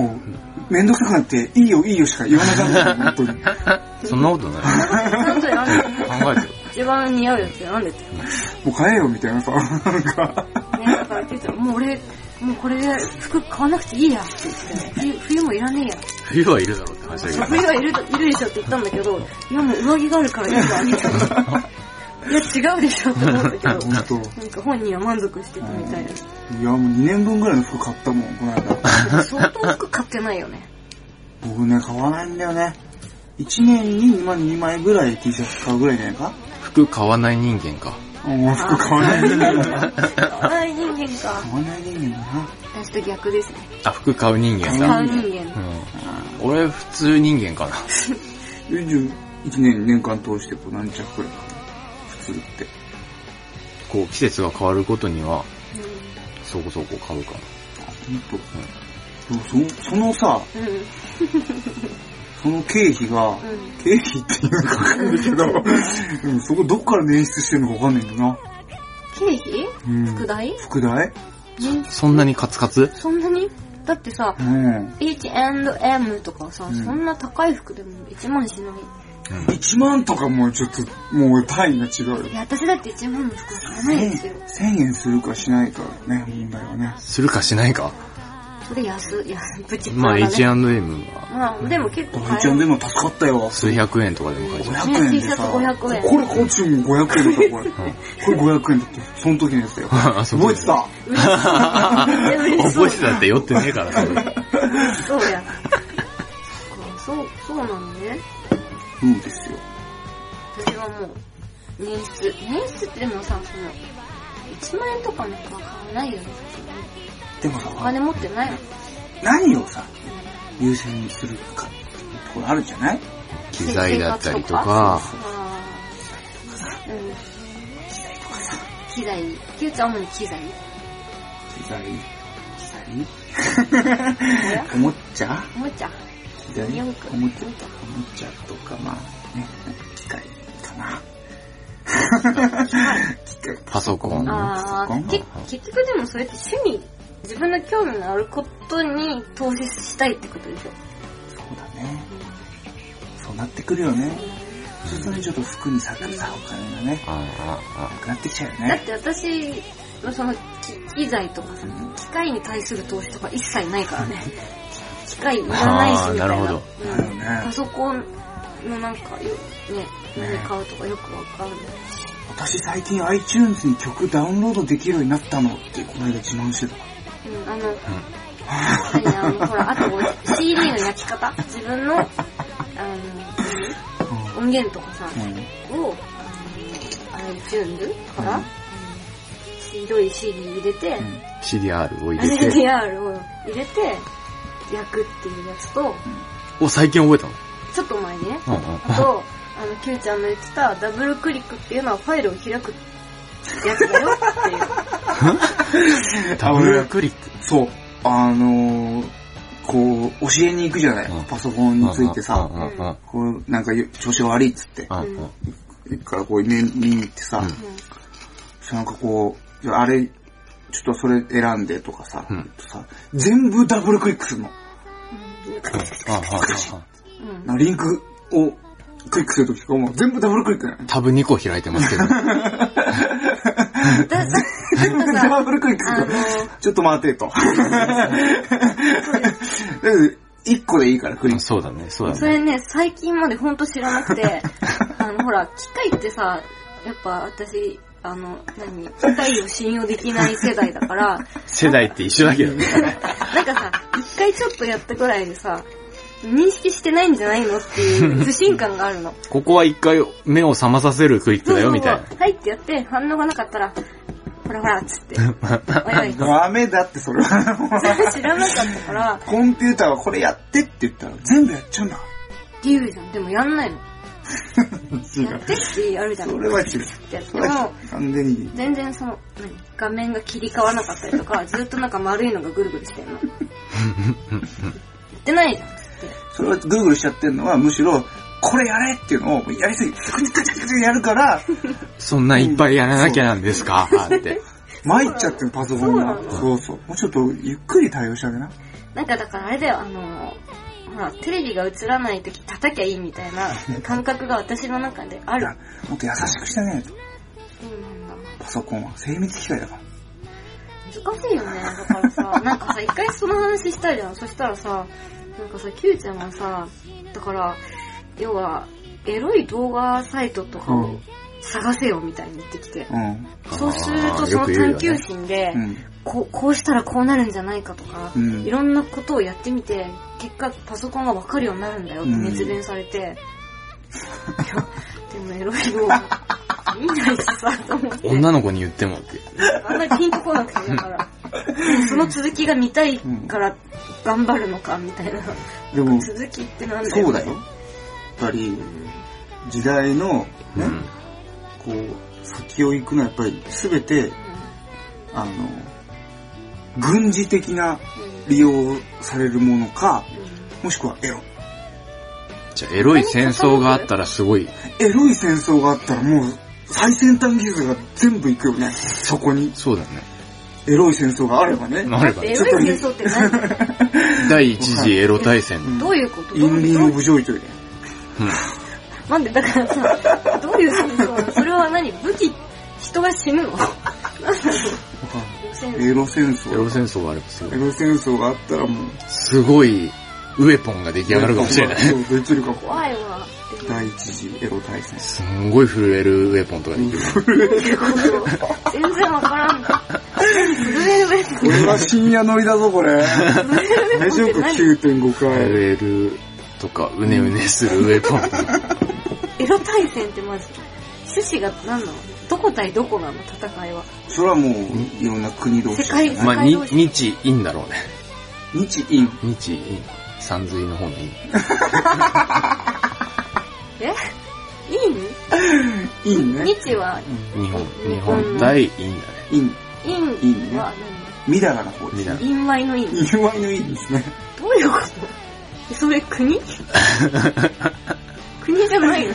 もう、めんどくさくなって、いいよいいよしか言わなかった本当に。そんなことない。なんでなん [LAUGHS] で考えてよ。一番似合うやつってなんでって。ね、もう帰れよみたいなさ、なんか、だからって言ったら、もう俺、もうこれで服買わなくていいやって言って、冬冬もいらねえや。冬はいるだろうって話だけ冬はいると、いるでしょって言ったんだけど、いやもう上着があるからいいわ、みたいな。いや違うでしょって思ったけど、本当。なんか本人は満足してたみたいな。いや、もう2年分ぐらいの服買ったもん、この間。相当服買ってないよね。僕ね、買わないんだよね。1年に2枚 ,2 枚ぐらい T シャツ買うぐらいじゃないかど。服買わない人間か。もう服買わない人間だな。はい、人間か。買わない人間だな。私と逆ですね。あ、服買う人間だ。買う人間。うん。俺、普通人間かな。 41年、年間通してこう何着くらいかな普通って。こう、季節が変わることには、そこそこ買うかな。ほんと。でもそそのさ、うん。うその経費が、ん。経費っていうかかるけど、でもそこどっから捻出してるのかわかんないんだな。経費うん。副題副題ねそんなにカツカツそんなにだってさ、うん。 H&M とかさ、んそんな高い服でも1万しない。 1万とかもうちょっと、もう単位が違うよい。や、私だって1万の服は買わ1000ない円ですよ。 1000円するかしないかね、問題はね。するかしないか。それ安、安、プチプチまあ、だね。 H&M は、まあ、でも結構大買ちえゃんでる。も助かったよ。数百円とかでも買えちゃう。 500円でさ、ね T シャツ500円これ、こっちも500円だった、これ。これ500円だった。その時のやつだよ。あそう覚えてた嬉しそう覚えてたって酔ってねえから、そ [LAUGHS] れ。そうや。そっかそう、そうなのね。うんですよ。私はもう、年出。年出ってでもさ、その、1万円とかの服は買わないよね。でもさ、お金持ってないの。何をさ、優先にするかってところあるじゃない機材だったりとか、あーうん。機材とかさ。機材。キューちゃん主に機材機材、機おや材、おもちゃおもちゃ。機材、よくおもちゃ、おもちゃとか、まあ、ね、機械かな。機械パソコン。あうんーけ結局でもそれって趣味、自分の興味のあることに投資したいってことでしょ。そうだね。そうなってくるよね。そうするとね、ちょっと服に割くさ、お金がね、あああなくなってきちゃうよだっね。て私のその機機材とかさ、機械に対する投資とか一切ない [LAUGHS] からね。機械いらないしみたいな。あーなるほどうんなるほどねパソコンのなんかよ、ね、何ね買うとかよくわかんない。私最近 iTunes に曲ダウンロードできるようになったのって、この間自慢してた。うん、あの、何あの、ほら、あと CD の焼き方自分の、あの、音源とかさ、うん。を、あの、iTunes から、うん白い CD 入れて、あ、CDR を入れ [LAUGHS] て。 LDR を入れて焼くっていうやつと、お、最近覚えたのちょっと前にね、うんうあん。と、あの、Q ちゃんの言ってたダブルクリックっていうのはファイルを開くやつだよっていう。ダブルクリック。そう。あのー、こう、教えに行くじゃない、うんパソコンについてさ、うんうんうんこう、なんかよ調子悪いっつって、うんうん。からこう、ね、見に行ってさ、うんそうなんかこう、じゃああれ、ちょっとそれ選んでとかさ、うん言うとさ全部ダブルクリックするの。ああああうん。なんかリンクをクリックするときとかも全部ダブルクリックだよね。タブ2個開いてますけど。だ、だ、なんかダさ、ブルクリックすあるのと、、ちょっと待てと。1個でいいからクリック。そうだね、そうそだね。れね、最近までほんと知らなくて、あの、ほら、機械ってさ、やっぱ私、あの、何、機械を信用できない世代だから、世代って一緒だけどね。なんかさ、一回ちょっとやったぐらいでさ、認識してないんじゃないのっていう不信感があるの。ここは一回目を覚まさせるクイックだよ、みたいな。はいってやって、反応がなかったら、ほらほらっ [LAUGHS] つって。おいおい。ダメだってそれは。それ知らなかったから、っコンピューターはこれやってって言ったら全部やっちゃうんだ。て言うじゃん。でもやんないの。やってってやるじゃん。そっれは違う。てやっそてれもは、完全に。全然その、何画面が切り替わらなかったりとか、ずっとなんか丸いのがぐるぐるしてんの。言ってないじゃん。それはグーグルしちゃってるのはむしろこれやれっていうのを、やりすぎ、カチカチカチカチやるから、そんないっぱいやらなきゃなんですかって。参っちゃってるパソコンがそう。なのそうそう。もうちょっと、ゆっくり対応してあげな。なんかだからあれだよ、あの、ほら、テレビが映らない時叩きゃいいみたいな感覚が私の中であいるや。、もっと優しくしてね。そうなんだ。パソコンは。精密機械だから。難しいよね。だから [LAUGHS] さ、なんかさ、一回その話したじゃん。そしたらさ、なんかさ、キューちゃんはさ、だから、要は、エロい動画サイトとかうをん探せよみたいに言ってきて。うん。そうするとそよのく言うよ探ね求心で、うん。こうこうしたらこうなるんじゃないかとか、うんいろんなことをやってみて、結果パソコンがわかるようになるんだよってうん熱弁されて、いやでもエロい動画見ないしさ、と思って。女の子に言ってもって。あんまりピンとこなくてだ [LAUGHS] から。その続きが見たいから頑張るのかみたいな。でも、続きってなんだよ。そうだよ。やっぱり、時代の、うね、ん。こう、先を行くのはやっぱり全て、あの、軍事的な利用されるものか、もしくはエロ。じゃあ、エロい戦争があったらすごい、エロい戦争があったらもう、最先端技術が全部行くよね。そこに。そうだね。エエロい戦争があればね。なればエ、ロい戦争って何第一次エロ大戦。んどういうことイどうンディングブジョイトイレ。なんでだからさ、どういう戦争なのそれは何武器、人が死ぬのわかん戦ないエロ戦エロ争。戦争があればすごエい、ロ戦争があったらもう、すごい、ウエポンが出来上がるかもしれない。そう、できるかも。怖いわ。第一次エロ大戦。すんごい震えるウエポンとかできる。全然わからん。震えるこれは深夜乗りだぞ、これ。大丈夫か、9.5震回。えるとか、うねうねするウエポン。 [LAUGHS] エロ対戦ってマジ趣旨が何なのどこ対どこなの戦いは。それはもう、いろんな国同士。世界まあ、に、日、陰だろうね。日印。日、陰。三髄の方の陰。えいい印のね。日は、日本、日本対陰だね。印。陰いいねはみだらな方でみすたいね。な。陰米の陰。ど陰猥の印ですね。ういうことそれ国国じゃないの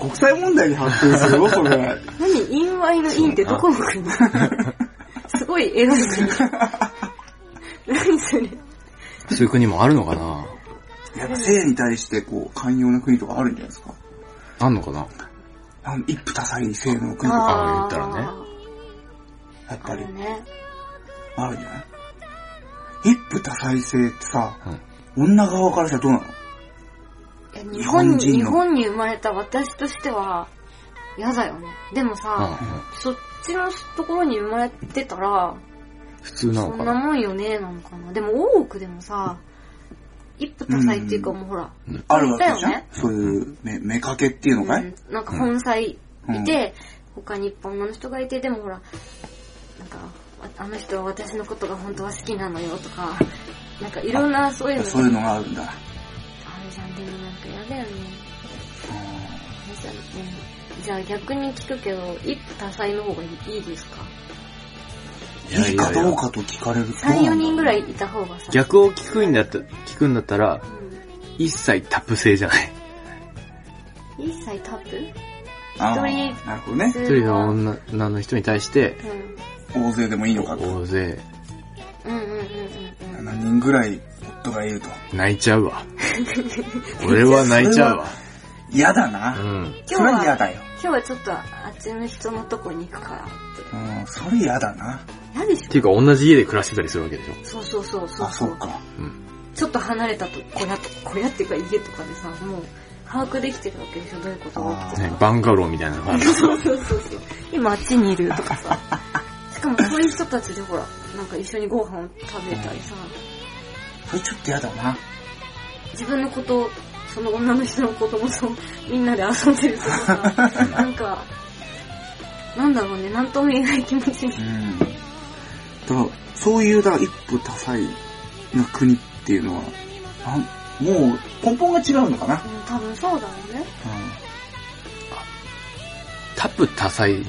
国際問題に発展する [LAUGHS] よ、それ。何陰米の陰ってどこの国すごいエロい国。何それそういう国もあるのかなやっぱ性に対して、こう、寛容な国とかあるんじゃないですか。あんのかなあの一夫多妻性の国とか、ああー言ったらねやっあぱりる、ね。あるんじゃない一夫多妻制ってさ、うん女側からしたらどうなのいや日本に、日本人日の本に生まれた私としては、嫌だよね。でもさ、うんうんそっちのところに生まれてたら、普通なそのんかななもんよね、なのかな。でも、大奥でもさ、一夫多妻っていうかもうほら、あるわけじゃだん、よねそういう、め、めかけっていうのかい、うんなんか本妻いて、他に一般の人がいて、でもほら、なんか、ああの人は私のことが本当は好きなのよとか、なんかいろんなそういうのそういうのがあるんだ。あるじゃん、でもなんか嫌だよね。嫌じゃんねじゃあ逆に聞くけど、一夫多妻の方がいいいいですかやややいいかどうかと聞かれると。 ?3、4人ぐらい。いいた方がさ、逆を聞くんだった、聞くんだったら、う一切タップ制じゃない。ん、一切タップあ一人ーなるほどね。普一通人のはうん。女女の人に対して、大勢でもいいのかと。大勢、うんうんうんうんうん。 7人ぐらい夫がいると。泣いちゃうわ。俺は泣いちゃうわ。嫌だうな。ん。それは嫌だよ。今日はちょっとあっちの人のとこに行くからって。うん、それ嫌だな。嫌でしっていうか、同じ家で暮らしてたりするわけでしょ。ょそうそうそうそうあ、そうか。うん。ちょっと離れたと小屋、小屋っていうか家とかでさ、もう把握できてるわけでしょ、どういうことが起きてるねか。バンガローみたいなのがある。そうそうそうそう。今あっちにいるとかさ。しかもそういう人たちでほら、なんか一緒にご飯を食べたりさ、それちょっと嫌だな。自分のこと、その女の人のこともそう、みんなで遊んでるとかさ、なんか、なんだろうね、なんとも言えない気持ちうに。ん。だから、そういう、だから一夫多妻な国っていうのは、なんもう、根本が違うのかな。うん多分そうだろうね。タップ多彩。う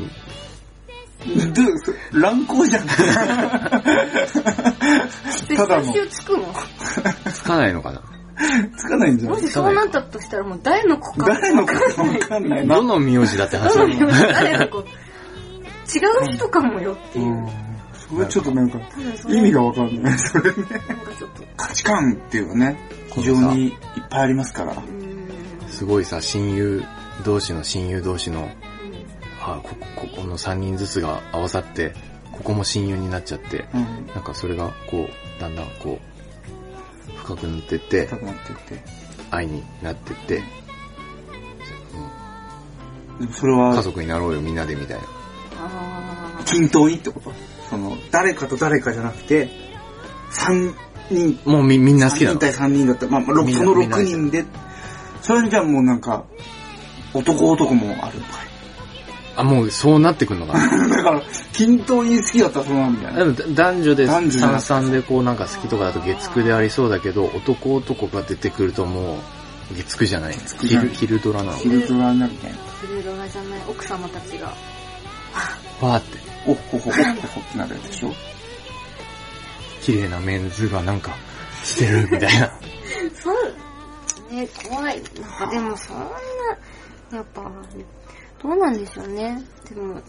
ん。で、そ乱行じゃん。で、ただの最終つくのつかないのかなつかないんじゃんも。しそうなったとしたらもう誰の子か。誰のかわかんないな。どの名字だって話どなの名字の誰の子。違う人かもよっていうう。ん。それちょっとなんか、多分それ意味がわかんない。それね。なんかちょっと。価値観っていうのはね、非常にいっぱいありますから。うーん。すごいさ、親友同士の親友同士の、あここ、ここの3人ずつが合わさって、ここも親友になっちゃって、うん。なんかそれがこう、だんだんこう、深くなってって高、くなってって。愛になってって、でもそれうん家は、族になろうよみんなでみたいな。あ均等にってことその、誰かと誰かじゃなくて、3人、もうみ、みんな好きな3人の。対3人だったら、まあ、まあろくみんそなの6人で、それじゃもうなんか、男男もあるのかあ、もうそうなってくんのかな。い。だ [LAUGHS] から、均等に好きだったらそうなんだ [LAUGHS] よでね。もだ男女で男女三々でこうなんか好きとかだと月9でありそうだけど、男男が出てくるともう、月9じゃない。 9じゃない昼、昼ドラなの。昼ドラになるね。あ。フルドラじゃない奥様たちが。わーって、おっほほ、おっほほってなるやつでしょ。綺麗なメンズがなんか、してるみたいな。そう、ね、怖い。なんかでもそんな、やっぱ、どうなんでしょうね。でも、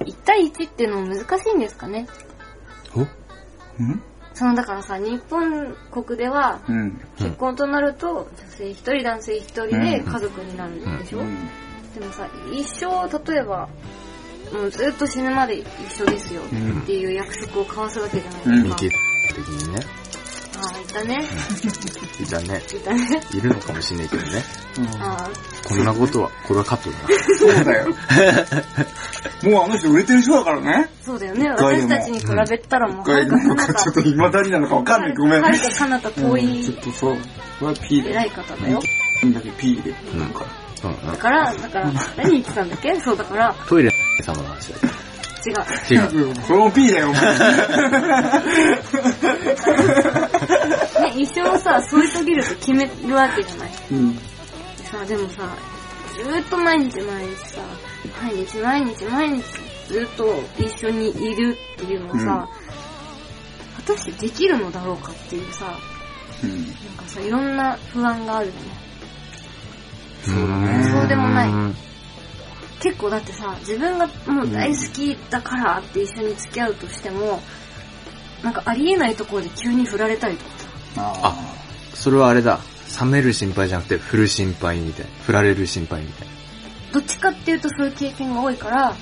1対1っていうのも難しいんですかね。 [LAUGHS] おうんそのだからさ、日本国では、うん。結婚となると、女性一人、男性一人で家族になるでしょ、うん。でもさ、一生、例えば、もうずっと死ぬまで一緒ですようんっていう約束を交わすわけじゃうないんでミすか。キ的にね。ああ、いたね。いたね。いたね。いるのかもしんないけどね。うんあこんなことは、これはカットだな。そうだよ。もうあの人売れてる人だからね。あ、そうだよね。回私でもたちに比べたらもう、一は回るでか彼もなんかち方、ょっと未だになのかわかんない。ごめん。はるか彼方遠うんちょいっとそう。これは P で。偉い方だよ。うんだけ P 入れてるから。うんうだん。から、だから、何言ってたんだっけそうだから、トイレの様の話だよ。違う。違 [LAUGHS] う。これも P だよ、お前。ね、一生さ、添い遂げると決めるわけじゃない。うん。さ、でもさ、ずーっと毎日毎日さ、毎日毎日毎日ずーっと一緒にいるっていうのをさ、果たしてできるのだろうかっていうさ、うなんん。かさ、いろんな不安があるよね。そうだねそうでもないうん結構だってさ、自分がもう大好きだからって一緒に付き合うとしても、なんかありえないところで急に振られたりとかさ、あそれはあれだ。冷める心配じゃなくて、振る心配みたい。振られる心配みたい。どっちかっていうとそういう経験が多いから、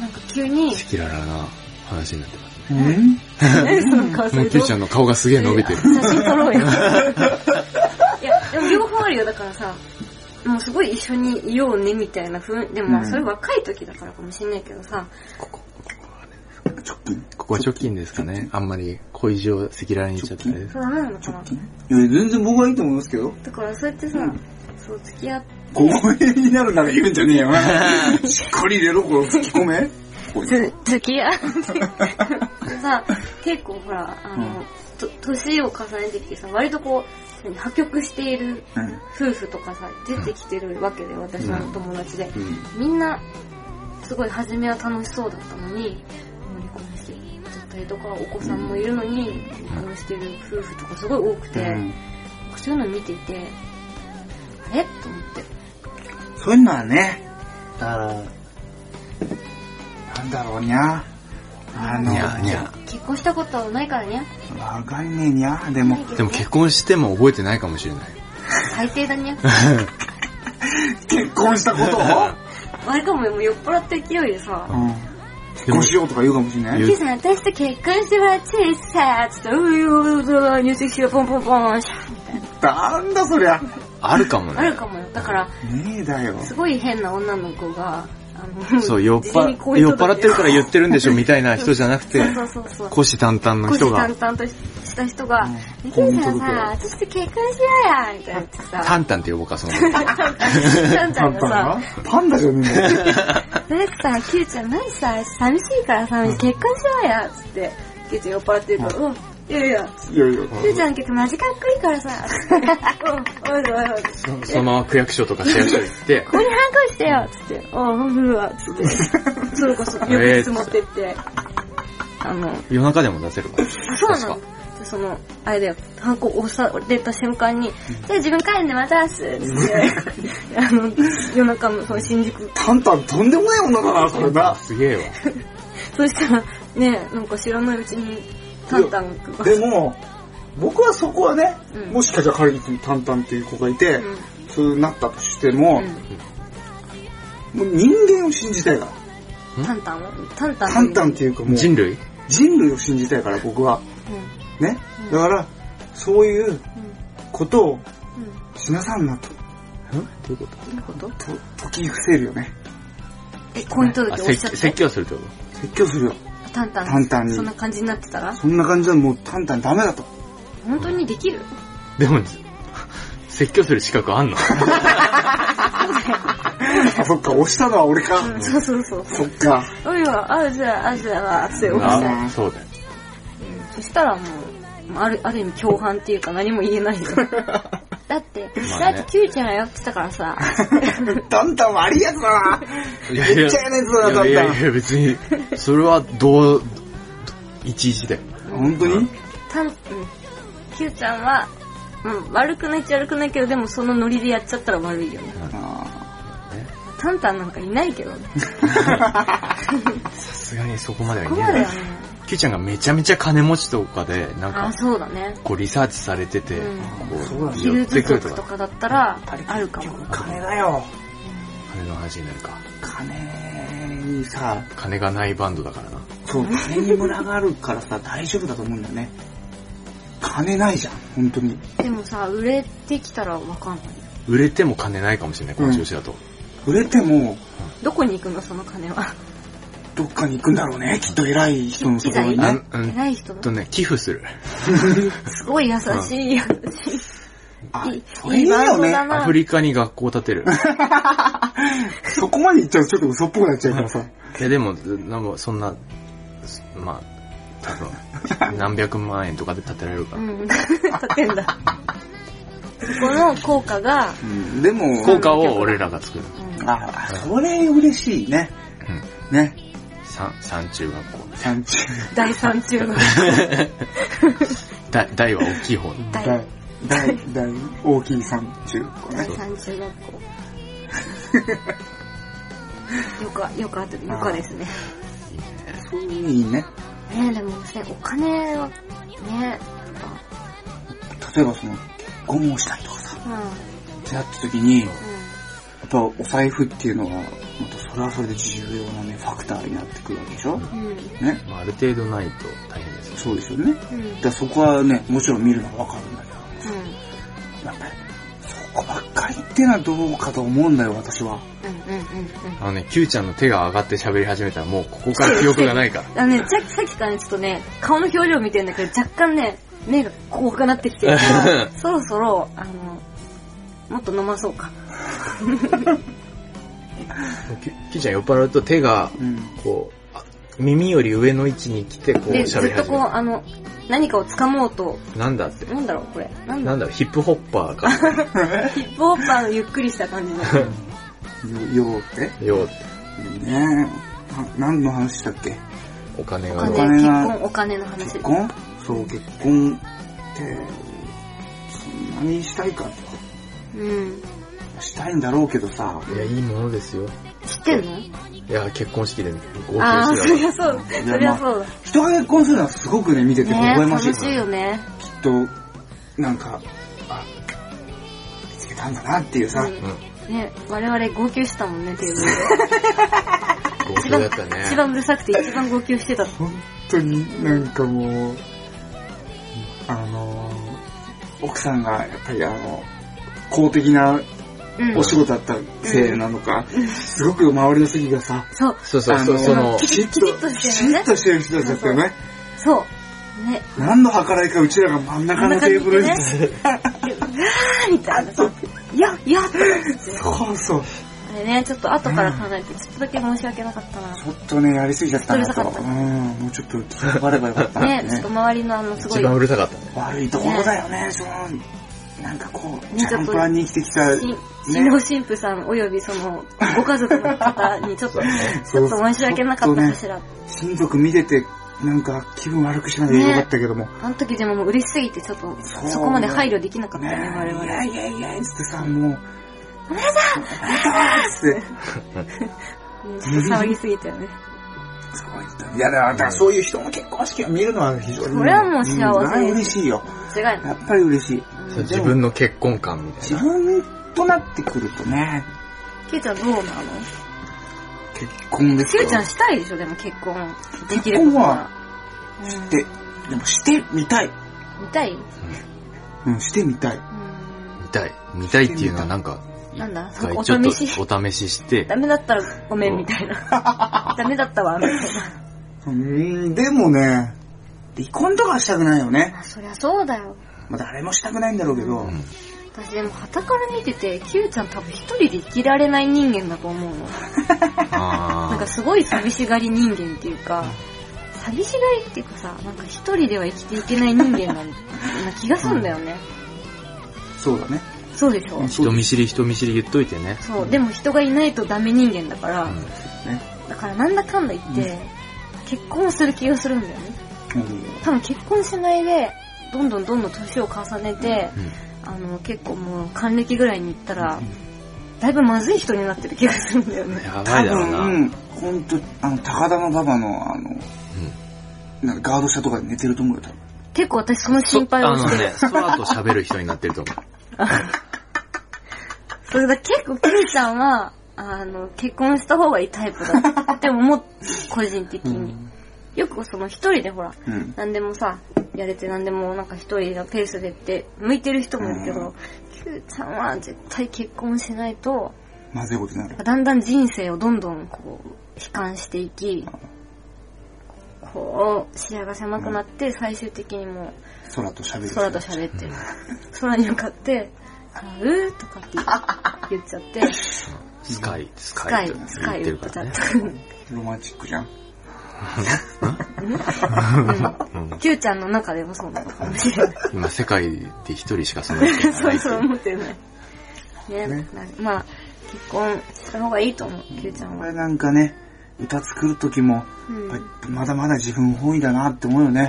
なんか急に、キララな話になってます。あ。うん何その顔そもうれキどうューちゃんの顔がすげえ伸びてる。写真撮ろ [LAUGHS] うよ。いや、でも両方あるよ。だからさ、もうすごい一緒にいようね、みたいな風でもまうあんそれ若い時だからかもしんないけどさ、直近。 [LAUGHS] ここは貯金ですかね。あんまり小意地を赤裸々に言っちゃったらあれですそうダメなのかないや、全然僕はいいと思いますけど。だからそうやってさうん、そう付き合って、ごめんになるなら言うんじゃねえ [LAUGHS] よ。しっかり入れろ、これ。吹き込め。これつ、付き合って。さ、結構ほら、あうんの、と年を重ねてきてさ、割とこう、何破局しているうん。夫婦とかさ、出てきてるわけで、私の友達で。うん。みんな、すごい初めは楽しそうだったのに、もう離婚してちゃったりとか、お子さんもいるのに、離婚してる夫婦とかすごい多くて、うんそういうの見ていて、あれと思って。そういうのはね、だから、なんだろうにゃ。あの、にゃーにゃ結婚したことはないからね。わかんねえにゃ。でも、ー。でも結婚しても覚えてないかもしれない。最低だね。結婚したことを割とももう酔っ払った勢いでさ、うん。結婚しようとか言うかもしれない。キさん、私と結婚してもらっていいっすかつって、うーうーうー入籍しよう、ポンポンポン、シャーみたいな。なんだそりゃ。 [LAUGHS] あるかもあるね。かもよ。だから、ねえだよ。すごい変な女の子が、あの、そ [LAUGHS] う、酔っ事前にこう払いう酔こっと払ってるから言ってるんでしょみたいな人じゃなくて、そうそうそうそう。虎視眈々の虎視人が眈、々とした人が、うんリキュさん本当ださ、私と結婚しようやみたいな言ってタさ、ンタンって呼ぼうか、その。タンちゃんがパさ、ンダパンダじゃねえよ。なんかさ、キューちゃんマジさ、寂しいからさ、結婚しようやつって、キューちゃん酔っ払ってるから、うん、いやいや、いやいや。キューちゃん結構マジかっこいいからさ、うん、おいおいおい、そのまま区役所とか市役所行って、ここにハンコしてよつって、ああ、うん、うわ、つって、それこそ、よく質持ってって、あの、夜中でも出せるから。そうなの確か。そその、あれだよ、ハンコ押された瞬間に、じゃあ自分帰るんでまた明日つって、あの、夜中もその新宿、タンタンとんでもない女だな、それな。すげえわ。そしたら、ね、なんか知らないうちに、タンタンが、でも、僕はそこはね、うんもしかしたら彼にタンタンっていう子がいて、うんそうなったとしても、もう人間を信じたいから。うん、タンタンをタンタンタンタンっていうかもう、人類人類を信じたいから、僕は。うん。ねうん。だから、そういうことをうん。しなさんなと、どういうことうん。どういうことと解き伏せるよね。え、婚姻届あ、押説しちゃって説教するってこ説教するよ。タンタン。タンタンにそんな感じになってたらそんな感じはもうタンタンダメだと。本当にできるとでも、説教する資格あんのあ、そっか、押したのは俺か。うん、そうそうそう。そっか。おいは、あうずら、あうずらは、そういうお店あそうだよ。そしたらもう、ある、ある意味共犯っていうか何も言えないよ。だって、まあねだってキュウちゃんがやってたからさ、タンタン悪いやつだな。いやいめっちゃ嫌なやつだないやタンタいやンいや、別に、それはどう、いちいちだよ。本当にたん、うん、キュウちゃんは、うん、悪くないっちゃ悪くないけど、でもそのノリでやっちゃったら悪いよね。あタンタンなんかいないけどね。さすがにそこまではこ言こえまなでいは。ね。キューちゃんがめちゃめちゃ金持ちとかで、なんあかあ、、そうだね。こうリサーチされてて、うんこう、ヒ寄ルっズてくると族とか、かだったら、あるかも。ー金だよ。金の話になるか。金にさ、金がないバンドだからな。そう、金にムラがあるからさ、大丈夫だと思うんだよね。金ないじゃん、本当に。でもさ、売れてきたらわかんない。売れても金ないかもしれない、この調子だと。売れても、どこに行くの、その金は。どっかに行くんだろうね。きっと偉い人のところにうんあねん。うん偉い人とね、寄付する。すごい優しい、優しい。あいい、それいいよいいバンドだね。なアフリカに学校建てる。そこまで行っちゃうとちょっと嘘っぽくなっちゃうからさ。いや、でも、なんかそんな、すまあ、多分、何百万円とかで建てられるから。うん。 [LAUGHS] 立てんだ。そこの効果が、うん、でも、効果を俺らが作る。うんあ、それ嬉しいね。うん。ね。三、三中学校。三中。第三中の。だ、大は大きい方ね。第大、大、大、大きい三中。これ第三中学校。よく、よくあって、よくですね。いいね。いいね。ねえ、でもね、お金は、ね例えばその、結婚をしたいとかさ、うん、うん。ってなった時に、やっぱお財布っていうのは、またそれはそれで重要なね、ファクターになってくるわけでしょうん。うん。ね。まあ、ある程度ないと大変ですよ。そうですよね。だかうん。らそこはね、もちろん見るのはわかるんだけど、やっぱり、そこばっかりってのはどうかと思うんだよ、私は。うん。うん。うん。あのね、キューちゃんの手が上がって喋り始めたらもうここから記憶がないから。あのね、さっきさっきからね、ちょっとね、顔の表情見てるんだけど、若干ね、目がこうかなってきてるから、そろそろ、あの、もっと飲まそうか。キュキューちゃん酔っ払うと手が、うん。こう、あ耳より上の位置に来て、こうで、ず喋りっと始こう、めあの、何かを掴もうと、る。なんだって。なんだろう、これ。なんだなんだろう、ヒップホッパーか。ヒップホッパーのゆっくりした感じの。よ、よってよう、ねえ。な何の話したっけお金おが金、金結が婚、お金の話結。婚そう、結婚って、そんなにしたいかと。うん。したいんだろうけどさ、いや、いいものですよ。知ってんのいや、結婚式で号ああ、泣そしてりゃそう。いやそりゃそうだ。人が結婚するのはすごくね、見てて微ね笑ま楽しいしからいよね。きっと、なんか、あ、見つけたんだなっていうさ、うんた。うん。ね、我々号泣したもんね、テーブルで。号泣だったね。一番うるさくて一番号泣してた。本当になんかもう、あのー、奥さんがやっぱりあの、公的なうんお。仕事だったせいなのか、すごく周りの席がさ、そう、そうそう、あそのうそのき、ちっと、きちっときしてるちねっとしてる人たちだったよね。そう。ね、何の計らいかうちらが真ん中のテーブルに。真あーみたいな。いや、いやとか言ってそうそう。あれね、ちょっと後から考えて、ちょっとだけ申し訳なかったな。ちょっとね、やりすぎちゃったなちょと。っとうるさかうっん、もうちょっと気が張ればよかったなっねて、ちょっと周りのあの、すご一い、番うるさかったね。悪いところだよね、その、なんかこう、ねジャンプランに生きてきた、しね、新郎新婦さんおよびその、ご家族の方にちょっと、ちょっと申し訳なかったかしら。親族見てて、なんか気分悪くしないでよかったけども。あの時でももう嬉しすぎてちょっとそうそこまで配慮できなかったねね、我々。いやいやいや、つってさ、もう。ごめんなさいごめんなさいつって。うんちょっと騒ぎすぎたよね。すごい言ったいや、だからだからそういう人の結婚式を見るのは非常に。それはもう幸せですんそれは嬉しいよ。間違いない。やっぱり嬉しい。そう自分の結婚感みたい自な。分となってくるとね、キューちゃんどうなの結婚でキすよ。ューちゃんしたいでしょ、でも結婚できる結婚ことはは。うんで、でもしてみたい。見たいうん、してみたい。うん見たい。見たいっていうのはなんか、なんだ一回お試ちょっとしお試 [LAUGHS] ししてダ、メだったらごめんみたいな。ダメだったわ、みたいな。うん、でもね、離婚とかはしたくないよね。あそりゃそうだよ。まあ誰もしたくないんだろうけど、うん私でも旗から見てて、キューちゃん多分一人で生きられない人間だと思うの。なんあかすごい寂しがり人間っていうか、寂しがりっていうかさ、なんか一人では生きていけない人間なんな気がすんだよね。そうだね。そうでしょ、うんー人見知り人見知り言っといてね。そう、でも人がいないとダメ人間だから、うんだからなんだかんだ言って、結婚する気がするんだよね。うん多分結婚しないで、どんどんどんどん年を重ねて、うんあの、結構もう還暦ぐらいに行ったら、だいぶまずい人になってる気がするんだよね。やば多いだろうな。分、うん、ほんと、あの、高田の馬場の、あの、なんかガード下とかで寝てると思うよ、多分。結構私その心配をあしのてる。ね、その後喋る人になってると思う。それだ結構、キミちゃんは、あの、結婚した方がいいタイプだって思う、個人的に。よくその一人でほら、うん。何でもさ、やれて何でもなんか一人のペースでって、向いてる人もいるけど、キューちゃんは絶対結婚しないと、まずいことになる。だんだん人生をどんどんこう、悲観していき、こう、視野が狭くなって、最終的にもう、空と喋る。空と喋ってる。空に向かって、あうーとかって言っちゃって、スカイ、ススカカイイと、スカ言イって言るっかちらゃっね。ロマンチックじゃん。た。うん [LAUGHS] キューちゃんの中でもそうなのかもしれない。今世界で一人しかその人いそなうい。そう思ってない。ね、ねなまあ、結婚した方がいいと思う、キューちゃんこは。れなんかね、歌作る時も、うんやっぱりまだまだ自分本位だなって思うよね。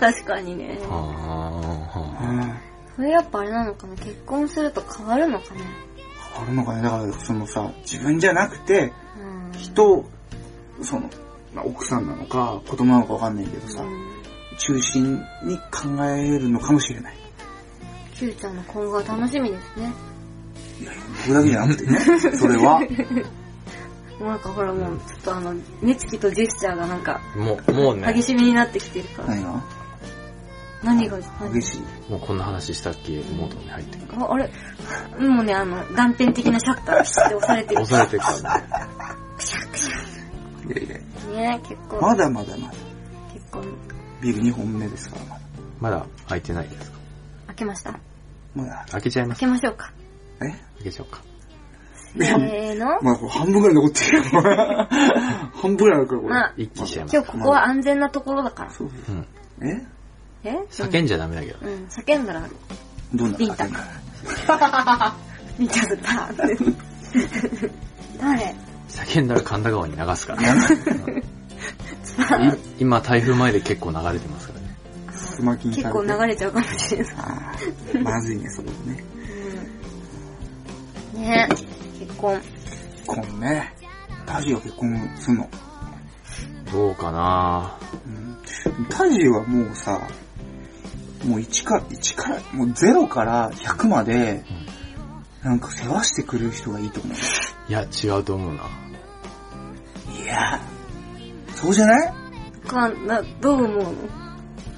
確かにね。あうーん。これやっぱあれなのかな、結婚すると変わるのかね。変わるのかね。だから、そのさ、自分じゃなくて、うん。人、その、まあ奥さんなのか、子供なのかわかんないけどさ、うん中心に考えるのかもしれない。キューちゃんの今後は楽しみですね。僕だけじゃなくて [LAUGHS] ね、それは。もうなんかほらもう、ちょっとあの、目つきとジェスチャーがなんか、もう、もうね激、しめになってきてるから。何が何が、激しい。もうこんな話したっけ、モードに入ってる。ああれもうね、あの、断片的なシャッターをシュッて押されて押る。されてるからね。いやいやね結構、まだまだまだ。結構、ビール2本目ですから、まだ。まだ開いてないですか開けました。まだ。開けちゃいま開すけましょうか。え開けちゃおうか。せーの。まあ、これ半分ぐらい残ってるよ。半分ぐらいあるから、これ。まあ一気にしちゃいます今日ここは安全なところだから。そううん。そう。ええ叫んじゃダメだけどね。うん、うん叫んだら、どんなビンタか。見ちゃうパーって。誰叫んだら神田川に流すからね。い今台風前で結構流れてますからね。すまきに結構流れちゃうかもしれない。あーまずいね、それね。うんね結婚。結婚ね。タジは結婚すんの。どうかなうん、タジはもうさ、もう1から、1から、もう0から100まで、なんか世話してくれる人がいいと思いや、違うと思うな。う。いやそうじゃないかな、どう思うの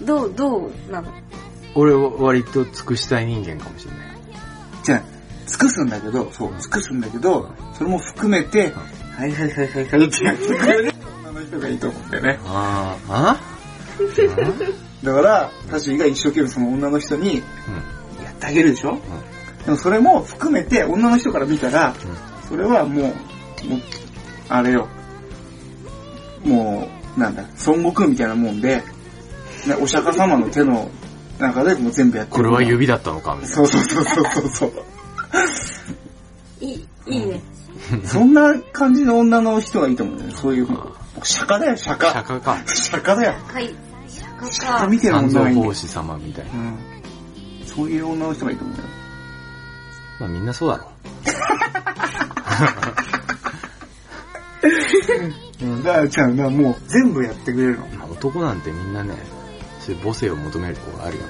どう、どうなの俺は割と尽くしたい人間かもしれない。じゃあ、尽くすんだけど、そう、尽くすんだけど、それも含めて、はいはいはいはいはいってやってくれる女の人がいいと思うんだよね。あー、あだから、タジが一生懸命その女の人にうやってあげるでしょ、でもそれも含めて女の人から見たら、うそれはもう、もう、あれよ。もう、なんだ、孫悟空みたいなもんで、ねお釈迦様の手の中でもう全部やってこるれは指だったのかみたいな。そうそうそうそうそうそう。いい、いいね。そんな感じの女の人がいいと思うんだよね。そういう、釈迦だよ、釈迦。釈迦か。釈迦だよ。はい。釈迦釈迦か。見てるも三んな蔵いんだ法よ。師様みたいなう。ん。そういう女の人がいいと思うよ。まあみんなそうだろ。うん、だから、じゃあ、だからもう全部やってくれるの。まあ男なんてみんなね、そういう母性を求めるところあるよね。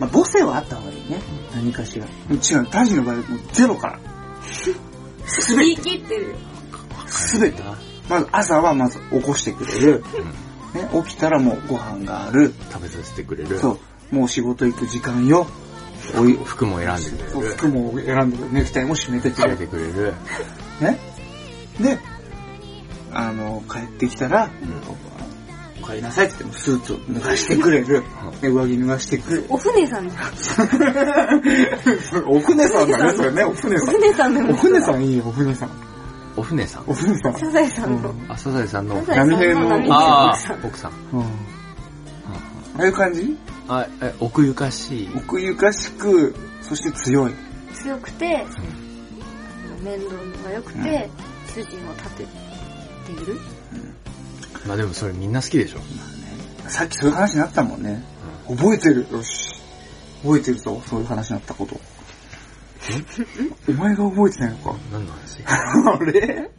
まあ、母性はあった方がいいね。何かしら。うちは、タジの場合はもうゼロから。すり切ってるよ。すべて。まず朝はまず起こしてくれる。うん。ね、起きたらもうご飯がある。食べさせてくれる。そう。もう仕事行く時間よ。おい、服も選んでくれそうる。服も選んでくれる。ネクタイも締めてく食れべる。てくれる。ね。で、あの、帰ってきたら、お帰りなさいって言ってもスーツを脱がしてくれる。で、上着脱がしてくれる。お船さんじゃん。 [LAUGHS] お船さんだね、それね。お船おさん。船さんでも。お船さんいいよ、お船さん。お船さんお。船さん。サザエさんの。あ、サザエさんの。サザエさんの波平の波ああさん、奥さん。うん。ああいう感じあ、え、奥ゆかしい。奥ゆかしく、そして強い。強くて、面倒が良くて、主人を立てている。まあでもそれみんな好きでしょ。さっきそういう話になったもんね。覚えてる。よし。覚えてるぞ、そういう話になったこと。お前が覚えてないのか。何の話 [LAUGHS] あれ